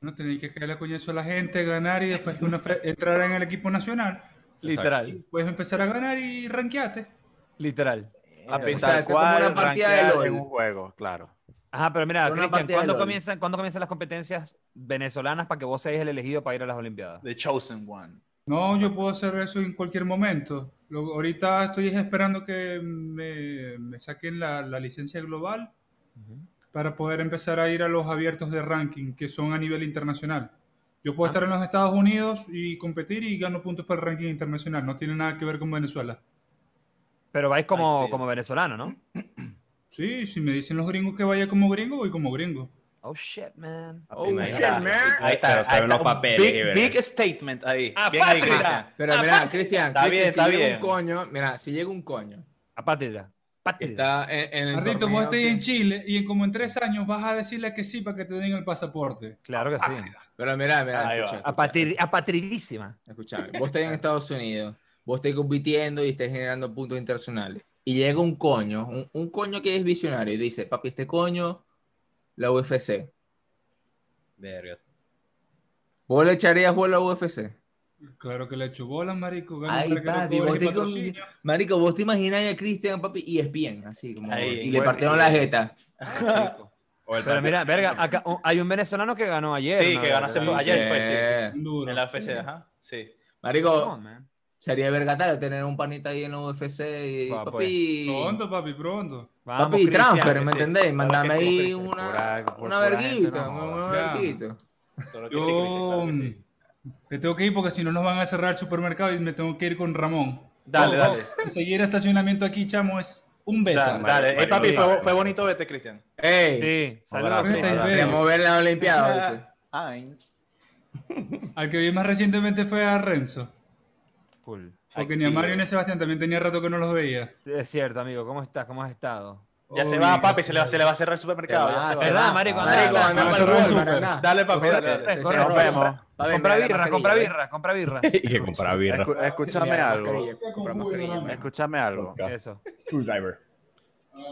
Speaker 5: No tenéis que caerle a coñazo a la gente, ganar y después que una fe- entrar en el equipo nacional.
Speaker 3: Literal,
Speaker 5: Puedes empezar a ganar y ranqueate.
Speaker 3: literal.
Speaker 4: Papi,
Speaker 1: O sea,
Speaker 4: tal
Speaker 1: fue como
Speaker 4: cual,
Speaker 1: una partida de
Speaker 4: rankear
Speaker 1: LOL.
Speaker 4: en un juego, claro.
Speaker 3: Ajá, pero mira,
Speaker 1: Fue una
Speaker 3: Cristian,
Speaker 1: partida de
Speaker 3: ¿cuándo
Speaker 1: LOL.
Speaker 3: comienzan, ¿cuándo comienzan las competencias venezolanas para que vos seáis el elegido para ir a las Olimpiadas?
Speaker 2: The Chosen One.
Speaker 5: No, yo puedo hacer eso en cualquier momento. Lo- ahorita estoy es esperando que me, me saquen la, la licencia global para poder empezar a ir a los abiertos de ranking que son a nivel internacional. Yo
Speaker 1: Ah.
Speaker 5: puedo estar en los Estados Unidos y competir y gano puntos para el ranking internacional. No tiene nada que ver con Venezuela.
Speaker 3: Pero vais
Speaker 2: Ay,
Speaker 3: como,
Speaker 2: sí.
Speaker 3: como venezolano, ¿no?
Speaker 5: Sí, si me dicen los gringos que vaya como gringo, voy como gringo.
Speaker 3: Oh, shit, man.
Speaker 8: Oh,
Speaker 1: Ahí
Speaker 8: shit,
Speaker 1: está.
Speaker 2: Ahí está, ahí
Speaker 8: en
Speaker 2: está,
Speaker 8: los
Speaker 2: un
Speaker 8: papeles. y
Speaker 2: Big,
Speaker 8: verga.
Speaker 2: big statement ahí.
Speaker 3: ¡Ah,
Speaker 2: Bien ahí,
Speaker 3: patria!
Speaker 2: Cristian.
Speaker 1: Pero mira, Cristian,
Speaker 2: Está
Speaker 1: Cristian,
Speaker 2: bien,
Speaker 1: si
Speaker 2: está
Speaker 1: llega
Speaker 2: bien.
Speaker 1: un coño, mira, si llega un coño
Speaker 3: Apátrida.
Speaker 1: que
Speaker 3: Apátrida.
Speaker 1: está en, en el
Speaker 5: Ardito,
Speaker 1: torneo
Speaker 5: vos estás
Speaker 1: que-
Speaker 5: en Chile y en como en tres años vas a decirle que sí para que te den el pasaporte.
Speaker 3: Claro que sí.
Speaker 1: Pero mira, mira,
Speaker 2: Ahí va.
Speaker 1: escucha, escucha,
Speaker 3: Apatri- Apatridísima.
Speaker 1: escucha. Vos estás en Estados Unidos, vos estás compitiendo y estás generando puntos internacionales. Y llega un coño, un, un coño que es visionario y dice, papi, este coño, la UFC.
Speaker 8: Verga.
Speaker 1: ¿Vos le echarías bola a la UFC?
Speaker 5: Claro que le echo bolas, marico. Gano
Speaker 1: Ay,
Speaker 5: para que no
Speaker 1: papi,
Speaker 5: cobres
Speaker 1: vos
Speaker 5: y
Speaker 1: te con-
Speaker 5: patrocinio.
Speaker 1: Marico, vos te imaginas a Cristian, papi, y es bien, así como.
Speaker 2: Ahí,
Speaker 1: y le
Speaker 2: bueno,
Speaker 1: partieron la jeta.
Speaker 8: O el
Speaker 3: Pero
Speaker 8: pan-
Speaker 3: mira, verga, acá, oh, hay un venezolano que ganó ayer.
Speaker 2: Sí,
Speaker 3: ¿no?
Speaker 2: que ganó hace
Speaker 5: Sí,
Speaker 2: ayer, fue, sí.
Speaker 1: Eh,
Speaker 5: Un duro.
Speaker 2: En la UFC, ajá. Sí.
Speaker 1: Marico,
Speaker 3: No, man.
Speaker 1: sería vergatario tener un panita ahí en la UFC y
Speaker 3: Va, pues.
Speaker 1: papi.
Speaker 5: Pronto, papi, pronto.
Speaker 3: Vamos,
Speaker 1: Papi,
Speaker 3: Cristian,
Speaker 1: transfer,
Speaker 3: que
Speaker 1: ¿me
Speaker 3: sí.
Speaker 1: entendéis? Mandame
Speaker 2: que sí,
Speaker 1: ahí
Speaker 2: Cristian.
Speaker 1: una,
Speaker 4: Por algo, por
Speaker 1: una
Speaker 4: pura gente,
Speaker 1: verguita,
Speaker 4: no
Speaker 1: una
Speaker 5: jodas.
Speaker 1: verguita.
Speaker 2: Claro que sí, Cristian,
Speaker 5: Yo
Speaker 2: claro que sí.
Speaker 5: me tengo que ir porque si no nos van a cerrar el supermercado y me tengo que ir con Ramón.
Speaker 2: Dale,
Speaker 5: No, no,
Speaker 2: dale.
Speaker 5: Conseguir estacionamiento aquí, chamo, es un beta.
Speaker 2: Dale, dale. Ey, papi,
Speaker 8: Mario,
Speaker 2: fue,
Speaker 8: Mario.
Speaker 2: fue bonito vete, Cristian.
Speaker 1: Ey,
Speaker 3: Sí, saludos.
Speaker 4: Abrazo,
Speaker 5: Cristian.
Speaker 4: abrazo.
Speaker 5: Ey.
Speaker 1: queremos ver la Olimpiada, ¿viste?
Speaker 2: Heinz.
Speaker 5: Al que vi más recientemente fue a Renzo.
Speaker 3: Full.
Speaker 5: Porque ni a Mario ni a Sebastián también tenía rato que no los veía.
Speaker 3: Es cierto, amigo. ¿Cómo estás? ¿Cómo has estado?
Speaker 2: Ya se va, papi, se le va, se le va a cerrar el supermercado.
Speaker 1: Se
Speaker 2: ya
Speaker 1: va,
Speaker 2: Ah, se va.
Speaker 1: se
Speaker 3: ¿Verdad,
Speaker 1: va.
Speaker 3: marico?
Speaker 1: Marico,
Speaker 3: Anda,
Speaker 1: anda
Speaker 5: anda,
Speaker 1: pa'l
Speaker 5: anda,
Speaker 1: Walmart,
Speaker 5: anda.
Speaker 1: anda.
Speaker 2: Dale, papi,
Speaker 1: Corre,
Speaker 2: dale.
Speaker 1: corre,
Speaker 3: corre,
Speaker 1: corre,
Speaker 3: nos
Speaker 1: corre.
Speaker 4: vemos.
Speaker 1: Papi,
Speaker 3: Compra
Speaker 1: mira la
Speaker 3: birra,
Speaker 1: mascarilla,
Speaker 3: compra
Speaker 1: ¿eh?
Speaker 3: birra, compra birra.
Speaker 8: Y que comprar birra.
Speaker 4: Escu- escúchame
Speaker 1: Mira la
Speaker 4: algo.
Speaker 1: mascarilla, compra mascarilla, man.
Speaker 4: Escúchame algo.
Speaker 3: Eso.
Speaker 8: Screwdriver.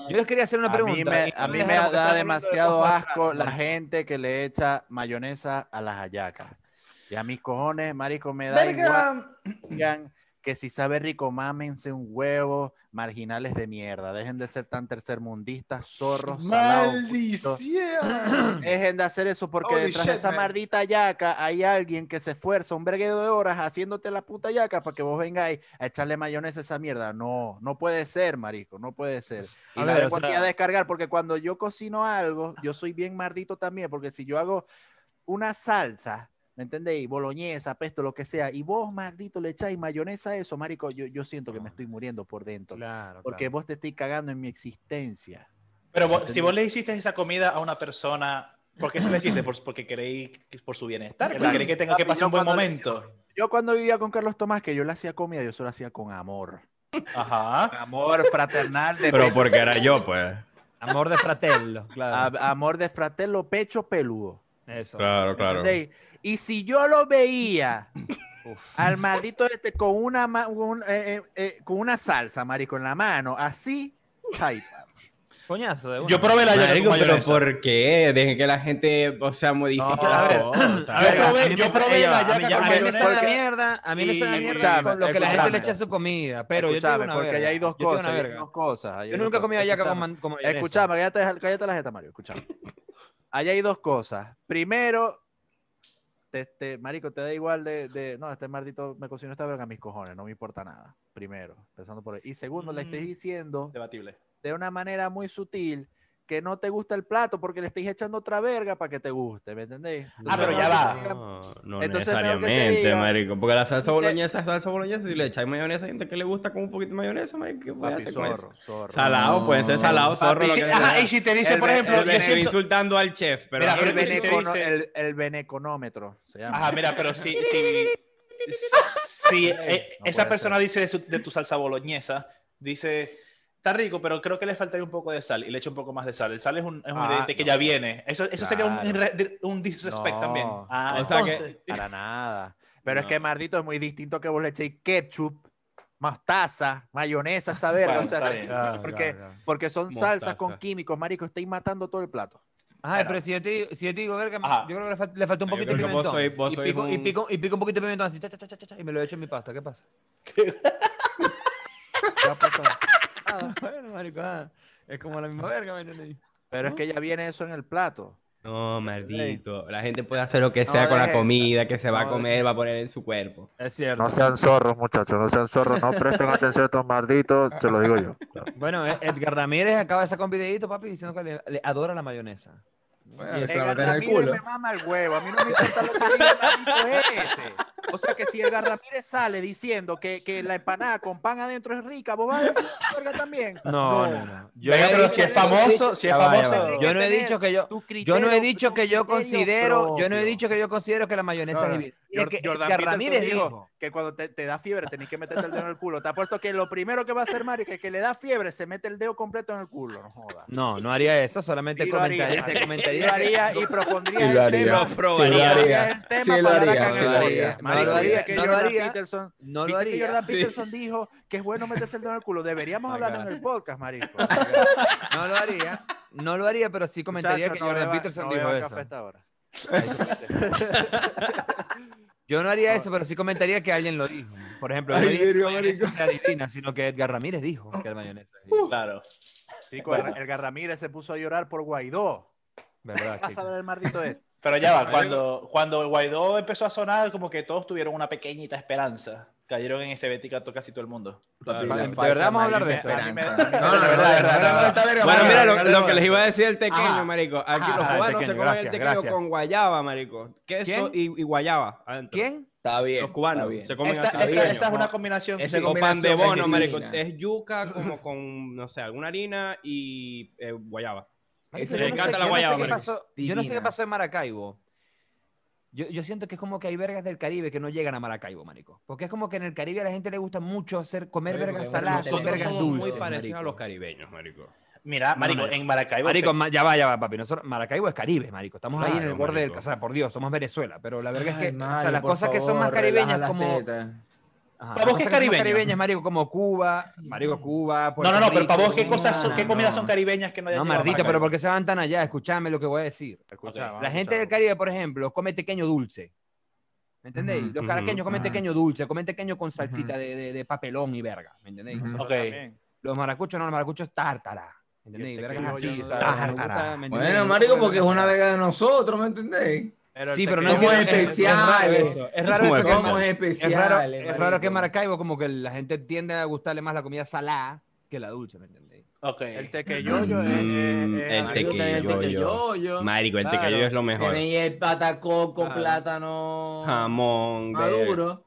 Speaker 3: Yo les quería hacer una
Speaker 4: A mí
Speaker 3: pregunta.
Speaker 4: me,
Speaker 3: y no
Speaker 4: a mí
Speaker 3: dejaron
Speaker 4: me
Speaker 3: porque
Speaker 4: da
Speaker 3: estaban hablando de
Speaker 4: demasiado
Speaker 3: cosas
Speaker 4: asco
Speaker 3: raras,
Speaker 4: la
Speaker 3: marico.
Speaker 4: gente que le echa mayonesa a las hallacas. Y a mis cojones, marico, me da igual
Speaker 2: Verga.
Speaker 4: que digan que si sabe rico, mámense un huevo, marginales de mierda. Dejen de ser tan tercermundistas, zorros, salados.
Speaker 2: Maldición.
Speaker 4: Dejen de hacer eso porque
Speaker 2: Holy
Speaker 4: detrás de
Speaker 2: shit,
Speaker 4: esa
Speaker 2: man.
Speaker 4: maldita yaca hay alguien que se esfuerza un verguero de horas haciéndote la puta yaca para que vos vengáis a echarle mayonesa a esa mierda. No, no puede ser, marico, no puede ser. Y
Speaker 3: A
Speaker 4: la
Speaker 3: ver,
Speaker 4: vengo
Speaker 3: o
Speaker 4: aquí
Speaker 3: sea-
Speaker 4: a descargar porque cuando yo cocino algo, yo soy bien mardito también porque si yo hago una salsa, ¿me entendéis? Boloñesa, pesto, lo que sea, y vos, maldito, le echáis mayonesa a eso, marico, yo, yo siento que me estoy muriendo por dentro.
Speaker 3: Ah. Claro,
Speaker 4: Porque
Speaker 3: claro.
Speaker 4: vos te estoy cagando en mi existencia.
Speaker 2: Pero vos- si vos le hiciste esa comida a una persona, ¿por qué se la hiciste? Por, porque creí que es por su bienestar, porque
Speaker 4: Claro.
Speaker 2: creí que tenga que
Speaker 4: Papi,
Speaker 2: pasar
Speaker 4: yo
Speaker 2: un buen
Speaker 4: cuando le-
Speaker 2: momento.
Speaker 4: Yo cuando vivía con Carlos Tomás, que yo le hacía comida, yo solo hacía con amor.
Speaker 2: Ajá.
Speaker 4: Amor fraternal de
Speaker 8: Pero porque era yo, pues.
Speaker 3: Amor de fratello, claro.
Speaker 4: a- amor de fratello pecho peludo.
Speaker 3: Eso.
Speaker 8: Claro, claro.
Speaker 4: ¿entendéis? Y si yo lo veía al maldito este con una ma- un- eh, eh, eh, con una salsa, marico, en la mano, así, ay,
Speaker 3: Coñazo de una.
Speaker 2: Yo probé la yaca con
Speaker 8: Marico, pero
Speaker 2: mayonesa.
Speaker 8: ¿por qué? Dejen que la gente, o sea, modifique
Speaker 4: No, a
Speaker 8: las
Speaker 4: ver,
Speaker 8: cosas.
Speaker 4: a
Speaker 2: Yo
Speaker 4: ver,
Speaker 2: probé-
Speaker 3: a mí
Speaker 2: yo
Speaker 3: me-
Speaker 2: probé la
Speaker 3: a mí
Speaker 2: yaca
Speaker 3: ya-
Speaker 2: con
Speaker 3: a mí me suena
Speaker 2: mayonesa.
Speaker 3: la mierda, a mí me suena la
Speaker 2: y-
Speaker 3: mierda con lo que la gente le
Speaker 4: escúchame.
Speaker 3: echa a su comida, pero yo tengo
Speaker 4: escúchame,
Speaker 3: una
Speaker 4: porque
Speaker 3: verga.
Speaker 4: ahí hay dos
Speaker 3: yo tengo una
Speaker 4: cosas, ahí hay
Speaker 3: verga.
Speaker 4: dos cosas, ahí hay
Speaker 3: Yo nunca
Speaker 4: dos
Speaker 3: he
Speaker 4: cosas.
Speaker 3: comido hallaca con,
Speaker 4: Escúchame.
Speaker 3: man- con mayonesa.
Speaker 4: Escuchame, cállate, cállate la jeta, Mario. Escuchame. Allá hay dos cosas. Primero, te, te- marico, te da igual de, de- No, este maldito me cocinó esta verga a mis cojones, no me importa nada. Primero, empezando por ahí. Y segundo, le estés
Speaker 2: Mm.
Speaker 4: diciendo
Speaker 2: Debatible.
Speaker 4: de una manera muy sutil que no te gusta el plato porque le estés echando otra verga para que te guste, ¿me entendéis?
Speaker 2: Ah, pero
Speaker 4: Entonces,
Speaker 2: ya
Speaker 4: no,
Speaker 2: va.
Speaker 4: que te digan,
Speaker 8: No,
Speaker 4: Entonces, mejor
Speaker 8: no
Speaker 4: que te
Speaker 8: necesariamente,
Speaker 4: diga-
Speaker 8: marico. Porque la salsa
Speaker 4: Te-
Speaker 8: boloñesa es salsa boloñesa. Si le echáis mayonesa, gente que le gusta con un poquito de mayonesa, marico, ¿qué voy a
Speaker 4: papi,
Speaker 8: hacer con eso?
Speaker 4: zorro, zorro.
Speaker 8: Salado, puede ser salado, zorro,
Speaker 2: Y
Speaker 8: lo
Speaker 2: si,
Speaker 8: que
Speaker 2: ajá,
Speaker 8: sea.
Speaker 2: y si te dice,
Speaker 4: El
Speaker 2: por
Speaker 4: ve-
Speaker 2: ejemplo,
Speaker 4: el
Speaker 2: yo
Speaker 8: Estoy
Speaker 2: siento-
Speaker 8: insultando al chef, pero...
Speaker 2: Mira,
Speaker 4: El,
Speaker 2: pero si te
Speaker 4: benecono-
Speaker 2: dice- Ah,
Speaker 4: el- el beneconómetro se llama.
Speaker 2: Ajá, mira, pero si, si, si, eh,
Speaker 4: No
Speaker 2: esa
Speaker 4: puede
Speaker 2: persona dice de, su- de tu salsa boloñesa, dice, está rico, pero creo que le faltaría un poco de sal y le echo un poco más de sal. El sal es un, es un
Speaker 4: Ah,
Speaker 2: ingrediente que
Speaker 4: no.
Speaker 2: ya viene. Eso, eso sería un,
Speaker 4: Claro.
Speaker 2: inre- un disrespect
Speaker 4: No.
Speaker 2: también. Ah,
Speaker 8: O sea que-
Speaker 2: entonces,
Speaker 4: Para nada. Pero es
Speaker 8: No.
Speaker 4: que Mardito es muy distinto que vos le echéis ketchup, mostaza, mayonesa, saber.
Speaker 2: Bueno,
Speaker 4: o sea,
Speaker 2: está
Speaker 4: te-
Speaker 2: bien.
Speaker 3: Claro,
Speaker 4: porque,
Speaker 3: claro, claro.
Speaker 4: porque son salsas
Speaker 8: Mostaza.
Speaker 4: con químicos, marico, estáis matando todo el plato.
Speaker 3: Ay,
Speaker 2: Bueno.
Speaker 3: pero si yo te digo, si yo te digo verga,
Speaker 2: Ajá.
Speaker 3: yo creo que le, fal- le falta un
Speaker 8: Yo
Speaker 3: poquito de
Speaker 8: creo que vos
Speaker 3: pimentón.
Speaker 8: sois- vos
Speaker 3: y,
Speaker 8: sois
Speaker 3: pico, y,
Speaker 8: un-
Speaker 3: pico, y pico un poquito de pimentón así, cha, cha, cha, cha, cha, y me lo echo en mi pasta. ¿Qué pasa?
Speaker 4: Ya pasó.
Speaker 3: Ah, bueno, marico, ah, es como la misma verga, ¿me entiendes?
Speaker 4: Pero es que ya viene eso en el plato.
Speaker 8: No, maldito. La gente puede hacer lo que
Speaker 4: No,
Speaker 8: sea con la
Speaker 4: dejen.
Speaker 8: comida que se va a
Speaker 4: No,
Speaker 8: comer, va a poner en su cuerpo.
Speaker 3: Es cierto.
Speaker 4: sean zorros, muchachos, no sean zorros, no presten atención a estos malditos, se lo digo yo.
Speaker 3: Bueno, Ed- Edgar Ramírez acaba de sacar un videito, papi, diciendo que le, le adora la mayonesa.
Speaker 1: Bueno,
Speaker 3: Y
Speaker 1: se la
Speaker 4: El
Speaker 1: meten en el
Speaker 4: Ramírez
Speaker 1: culo.
Speaker 4: me mama el huevo, a mí no me importa lo que diga el maldito ese. O sea que si el Ramírez sale diciendo que, que la empanada con pan adentro es rica, vos vas a decir que es verga también.
Speaker 3: No, no, no. Yo
Speaker 2: venga,
Speaker 3: he
Speaker 2: pero
Speaker 3: dicho-
Speaker 2: si es famoso, si es
Speaker 3: Ya va, ya
Speaker 2: famoso.
Speaker 3: va. Yo no he dicho que yo,
Speaker 4: Tu
Speaker 3: yo no he
Speaker 4: criterio-
Speaker 3: dicho
Speaker 4: tu
Speaker 3: que yo
Speaker 4: criterio
Speaker 3: considero, yo no he
Speaker 4: propio.
Speaker 3: dicho que yo considero que la mayonesa
Speaker 4: No,
Speaker 3: es
Speaker 4: no.
Speaker 3: divina. Es
Speaker 4: Jor-
Speaker 3: que
Speaker 4: Jordan
Speaker 3: Edgar
Speaker 4: Peterson
Speaker 3: Ramírez
Speaker 4: dijo
Speaker 3: dijo.
Speaker 4: que cuando te, te da fiebre tenés que meterte el dedo en el culo. Te apuesto que lo primero que va a hacer Mario es que, que le da fiebre se mete el dedo completo en el culo. No jodas.
Speaker 3: No, no haría eso, solamente este
Speaker 4: Sí lo haría.
Speaker 3: comentaría, te
Speaker 4: Y
Speaker 3: comentaría
Speaker 4: lo
Speaker 3: que-
Speaker 4: haría y propondría
Speaker 1: Sí lo
Speaker 4: el tema.
Speaker 1: haría. Sí lo haría. Sí lo haría.
Speaker 3: cagada.
Speaker 1: Sí lo haría.
Speaker 3: No
Speaker 4: Mario,
Speaker 3: lo haría.
Speaker 4: que
Speaker 3: No lo
Speaker 4: Jordan
Speaker 3: haría.
Speaker 4: Peterson,
Speaker 3: no lo
Speaker 4: ¿viste que
Speaker 3: haría.
Speaker 4: Jordan Peterson dijo que es bueno meterse el dedo en el culo. Deberíamos
Speaker 3: My
Speaker 4: hablarlo
Speaker 3: God.
Speaker 4: en el podcast, marico.
Speaker 3: No lo haría. No lo haría, pero sí comentaría
Speaker 4: Muchachos,
Speaker 3: que
Speaker 4: no
Speaker 3: Jordan
Speaker 4: beban-
Speaker 3: Peterson
Speaker 4: no
Speaker 3: dijo
Speaker 4: beban
Speaker 3: eso.
Speaker 4: café a esta hora.
Speaker 3: Yo no haría eso, pero sí comentaría que alguien lo dijo. Por ejemplo,
Speaker 1: Ay,
Speaker 3: yo dije que
Speaker 1: verga,
Speaker 3: la mayonesa
Speaker 1: marico.
Speaker 3: era divina, sino que Edgar Ramírez dijo que la mayonesa es divina.
Speaker 2: claro.
Speaker 4: Chico, el- el Garramírez se puso a llorar por Guaidó.
Speaker 3: ¿Verdad,
Speaker 4: Vas a
Speaker 3: chico?
Speaker 4: ver el maldito este.
Speaker 2: Pero ya va, cuando, cuando Guaidó empezó a sonar, como que todos tuvieron una pequeñita esperanza. Cayeron en ese béticato casi todo el mundo.
Speaker 1: Papi,
Speaker 3: Vale,
Speaker 1: la
Speaker 3: de
Speaker 1: falsa
Speaker 3: verdad vamos a hablar de
Speaker 1: mayor
Speaker 3: esto.
Speaker 1: esperanza.
Speaker 2: A mí me-
Speaker 1: No, no,
Speaker 2: de
Speaker 1: de
Speaker 2: verdad,
Speaker 1: verdad,
Speaker 2: de
Speaker 1: de verdad.
Speaker 2: verdad.
Speaker 1: esta verga,
Speaker 8: Bueno,
Speaker 1: vamos a
Speaker 8: mira
Speaker 1: hablar
Speaker 8: lo,
Speaker 1: de
Speaker 8: lo
Speaker 1: esto.
Speaker 8: que les iba a decir el tequeño,
Speaker 2: Ajá.
Speaker 8: marico. Aquí
Speaker 2: Ajá,
Speaker 8: los
Speaker 2: el
Speaker 8: cubanos se
Speaker 3: tequeño,
Speaker 8: comen el
Speaker 3: gracias,
Speaker 8: tequeño
Speaker 3: gracias.
Speaker 8: con guayaba, marico. Queso
Speaker 3: ¿Quién?
Speaker 8: y, y guayaba adentro.
Speaker 3: ¿Quién?
Speaker 1: Está bien.
Speaker 8: Los cubanos
Speaker 1: está bien.
Speaker 8: se comen
Speaker 2: Esa,
Speaker 8: así.
Speaker 2: esa-
Speaker 1: bien,
Speaker 2: esa es
Speaker 1: ¿no?
Speaker 2: una combinación.
Speaker 1: Esa
Speaker 2: sí.
Speaker 8: o pan de
Speaker 1: combinación
Speaker 8: bono, marico.
Speaker 1: divina.
Speaker 8: Es yuca como con, no sé, alguna harina y eh, guayaba.
Speaker 1: Ese
Speaker 3: Yo
Speaker 8: le
Speaker 3: no
Speaker 8: encanta
Speaker 3: sé- yo
Speaker 8: la
Speaker 3: no sé
Speaker 8: guayaba,
Speaker 3: qué
Speaker 8: marico.
Speaker 3: pasó- Yo no sé qué
Speaker 1: Divina.
Speaker 3: pasó en Maracaibo. Yo, yo siento que es como que hay vergas del Caribe que no llegan a Maracaibo, marico. Porque es como que en el Caribe a la gente le gusta mucho hacer comer
Speaker 1: Marico,
Speaker 3: vergas
Speaker 1: porque
Speaker 3: saladas,
Speaker 1: nosotros
Speaker 3: con
Speaker 8: Nosotros
Speaker 3: vergas
Speaker 8: somos muy
Speaker 3: dulces.
Speaker 8: parecidos a
Speaker 3: marico.
Speaker 8: los caribeños, marico.
Speaker 2: Mira, marico,
Speaker 3: No, no.
Speaker 2: en Maracaibo.
Speaker 3: Marico, ma- ya va, ya va, papi. Nosotros, Maracaibo es Caribe, marico. Estamos ahí en
Speaker 8: Claro,
Speaker 3: el borde del...
Speaker 8: marico.
Speaker 3: O sea, por Dios, somos Venezuela. Pero la verdad es
Speaker 1: Ay,
Speaker 3: que o sea,
Speaker 1: Mario,
Speaker 3: las
Speaker 1: por
Speaker 3: cosas que son más
Speaker 1: favor, relaja
Speaker 3: caribeñas
Speaker 1: las
Speaker 3: como...
Speaker 1: tetas.
Speaker 3: Ajá,
Speaker 2: ¿Para
Speaker 3: las
Speaker 2: vos qué es
Speaker 3: cosas que son
Speaker 2: caribeño?
Speaker 3: caribeñas, marico, como Cuba, marico, Cuba,
Speaker 2: No,
Speaker 3: Puerto
Speaker 2: no, no, pero para vos,
Speaker 3: Rico,
Speaker 2: ¿qué cosas son, qué
Speaker 1: no,
Speaker 2: comidas
Speaker 1: no.
Speaker 2: son caribeñas que no hayan
Speaker 3: No,
Speaker 2: llegado a
Speaker 3: maldito, pero
Speaker 2: Maracaibo?
Speaker 3: ¿por qué se van tan allá? Escuchame lo que voy a decir.
Speaker 4: Escucha, vamos a
Speaker 3: La gente
Speaker 4: escuchar.
Speaker 3: del Caribe, por ejemplo, come tequeño dulce. ¿Me entendéis?
Speaker 1: Ujú,
Speaker 3: Los caraqueños comen
Speaker 1: ujú.
Speaker 3: tequeño dulce, comen tequeño con salsita de, de- de papelón y verga. ¿Me entendéis?
Speaker 1: Ujú.
Speaker 4: Nosotros
Speaker 2: Ok.
Speaker 4: también.
Speaker 3: Los maracuchos no, los maracuchos es tártara. ¿Me entendéis?
Speaker 4: este
Speaker 3: Vergas
Speaker 4: criollo
Speaker 3: así,
Speaker 4: no-
Speaker 3: ¿sabes? Nos
Speaker 8: Tártara.
Speaker 3: gusta, ¿me entendéis?
Speaker 1: Bueno,
Speaker 3: Nos
Speaker 1: marico,
Speaker 3: gusta
Speaker 1: porque es una
Speaker 3: verga
Speaker 1: verga de nosotros, ¿me entendéis?
Speaker 4: Pero el
Speaker 3: Sí, pero no
Speaker 4: pequeño-
Speaker 1: Somos
Speaker 3: entiendo- es- es raro
Speaker 1: especiales.
Speaker 3: eso, Es raro
Speaker 8: Somos
Speaker 3: eso que-
Speaker 1: Somos
Speaker 3: es
Speaker 1: especiales.
Speaker 3: raro, es raro que en
Speaker 1: marico.
Speaker 3: Maracaibo como que la gente tiende a gustarle más la comida salada que la dulce, ¿me entendéis?
Speaker 2: Ok.
Speaker 4: El eh, tequeyoyo es,
Speaker 8: Mm,
Speaker 4: es- es-
Speaker 8: el
Speaker 1: Marico,
Speaker 8: tequillo,
Speaker 1: tenés
Speaker 8: yo, yo.
Speaker 1: tequilloyo.
Speaker 8: Marico, el
Speaker 4: Claro.
Speaker 8: tequillo es lo mejor.
Speaker 1: Tenéis el patacoco,
Speaker 4: Claro.
Speaker 1: plátano
Speaker 8: Jamón, ver-
Speaker 1: maduro.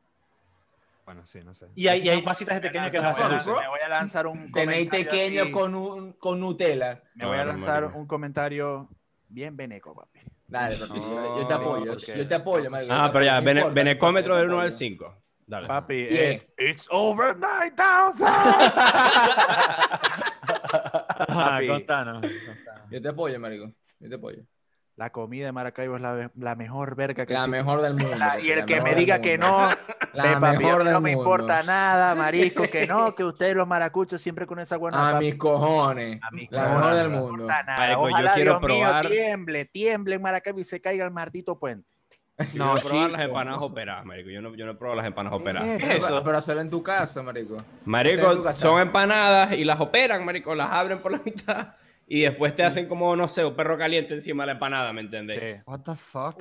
Speaker 3: Bueno, sí, no sé.
Speaker 2: Y hay, y hay masitas de tequeño que
Speaker 4: me,
Speaker 2: las hacen
Speaker 4: voy a
Speaker 1: Bueno,
Speaker 4: lanzar-
Speaker 1: bro.
Speaker 2: dulces.
Speaker 4: me voy a lanzar un
Speaker 1: Tenéis
Speaker 4: comentario
Speaker 1: tequeño
Speaker 4: aquí.
Speaker 1: con, un, con Nutella.
Speaker 4: Me voy a
Speaker 8: Claro,
Speaker 4: lanzar
Speaker 8: marico.
Speaker 4: un comentario bien beneco, papi.
Speaker 1: Dale, papi, yo, yo te
Speaker 4: No,
Speaker 1: apoyo.
Speaker 4: porque-
Speaker 1: Yo te apoyo, marico.
Speaker 8: Ah,
Speaker 1: yo te
Speaker 8: pero ya,
Speaker 1: apoyo, no
Speaker 8: bene-
Speaker 1: importa,
Speaker 8: benecómetro
Speaker 1: yo te
Speaker 8: del 1 al
Speaker 1: apoyo.
Speaker 8: 5. Dale.
Speaker 4: Papi,
Speaker 1: Bien.
Speaker 4: es It's over 9000. Papi,
Speaker 3: contanos.
Speaker 1: Yo te apoyo, marico. Yo te apoyo.
Speaker 4: la comida de Maracaibo es la, la mejor verga que
Speaker 1: La
Speaker 4: existe.
Speaker 1: mejor del mundo.
Speaker 4: La-
Speaker 1: papi,
Speaker 4: y el
Speaker 1: la
Speaker 4: que
Speaker 1: mejor
Speaker 4: me
Speaker 1: del
Speaker 4: diga que
Speaker 1: mundo.
Speaker 4: no,
Speaker 1: La
Speaker 4: ve, papi,
Speaker 1: mejor
Speaker 4: a mí
Speaker 1: del
Speaker 4: no me
Speaker 1: mundo.
Speaker 4: importa nada, marico, que no, que ustedes los maracuchos siempre con esa buena
Speaker 1: A mis cojones.
Speaker 4: A mis
Speaker 1: La
Speaker 4: cojones,
Speaker 1: mejor del
Speaker 4: no me
Speaker 1: mundo.
Speaker 4: importa nada.
Speaker 8: Marico, yo
Speaker 4: Ojalá,
Speaker 8: quiero
Speaker 4: Dios mío,
Speaker 8: probar-
Speaker 4: tiemble, tiemble en Maracaibo y se caiga el maldito puente.
Speaker 3: No,
Speaker 8: No, probar las
Speaker 3: chico.
Speaker 8: empanadas operadas, marico. Yo no, yo no he probado las empanadas operadas.
Speaker 1: ¿Qué es eso? Pero hacerlo en tu casa, marico. Hacer tu
Speaker 8: Marico,
Speaker 1: casa.
Speaker 8: son empanadas y las operan, marico. Las abren por la mitad y después te hacen como, no sé, un perro caliente encima de la empanada, ¿me entendés?
Speaker 3: What the fuck?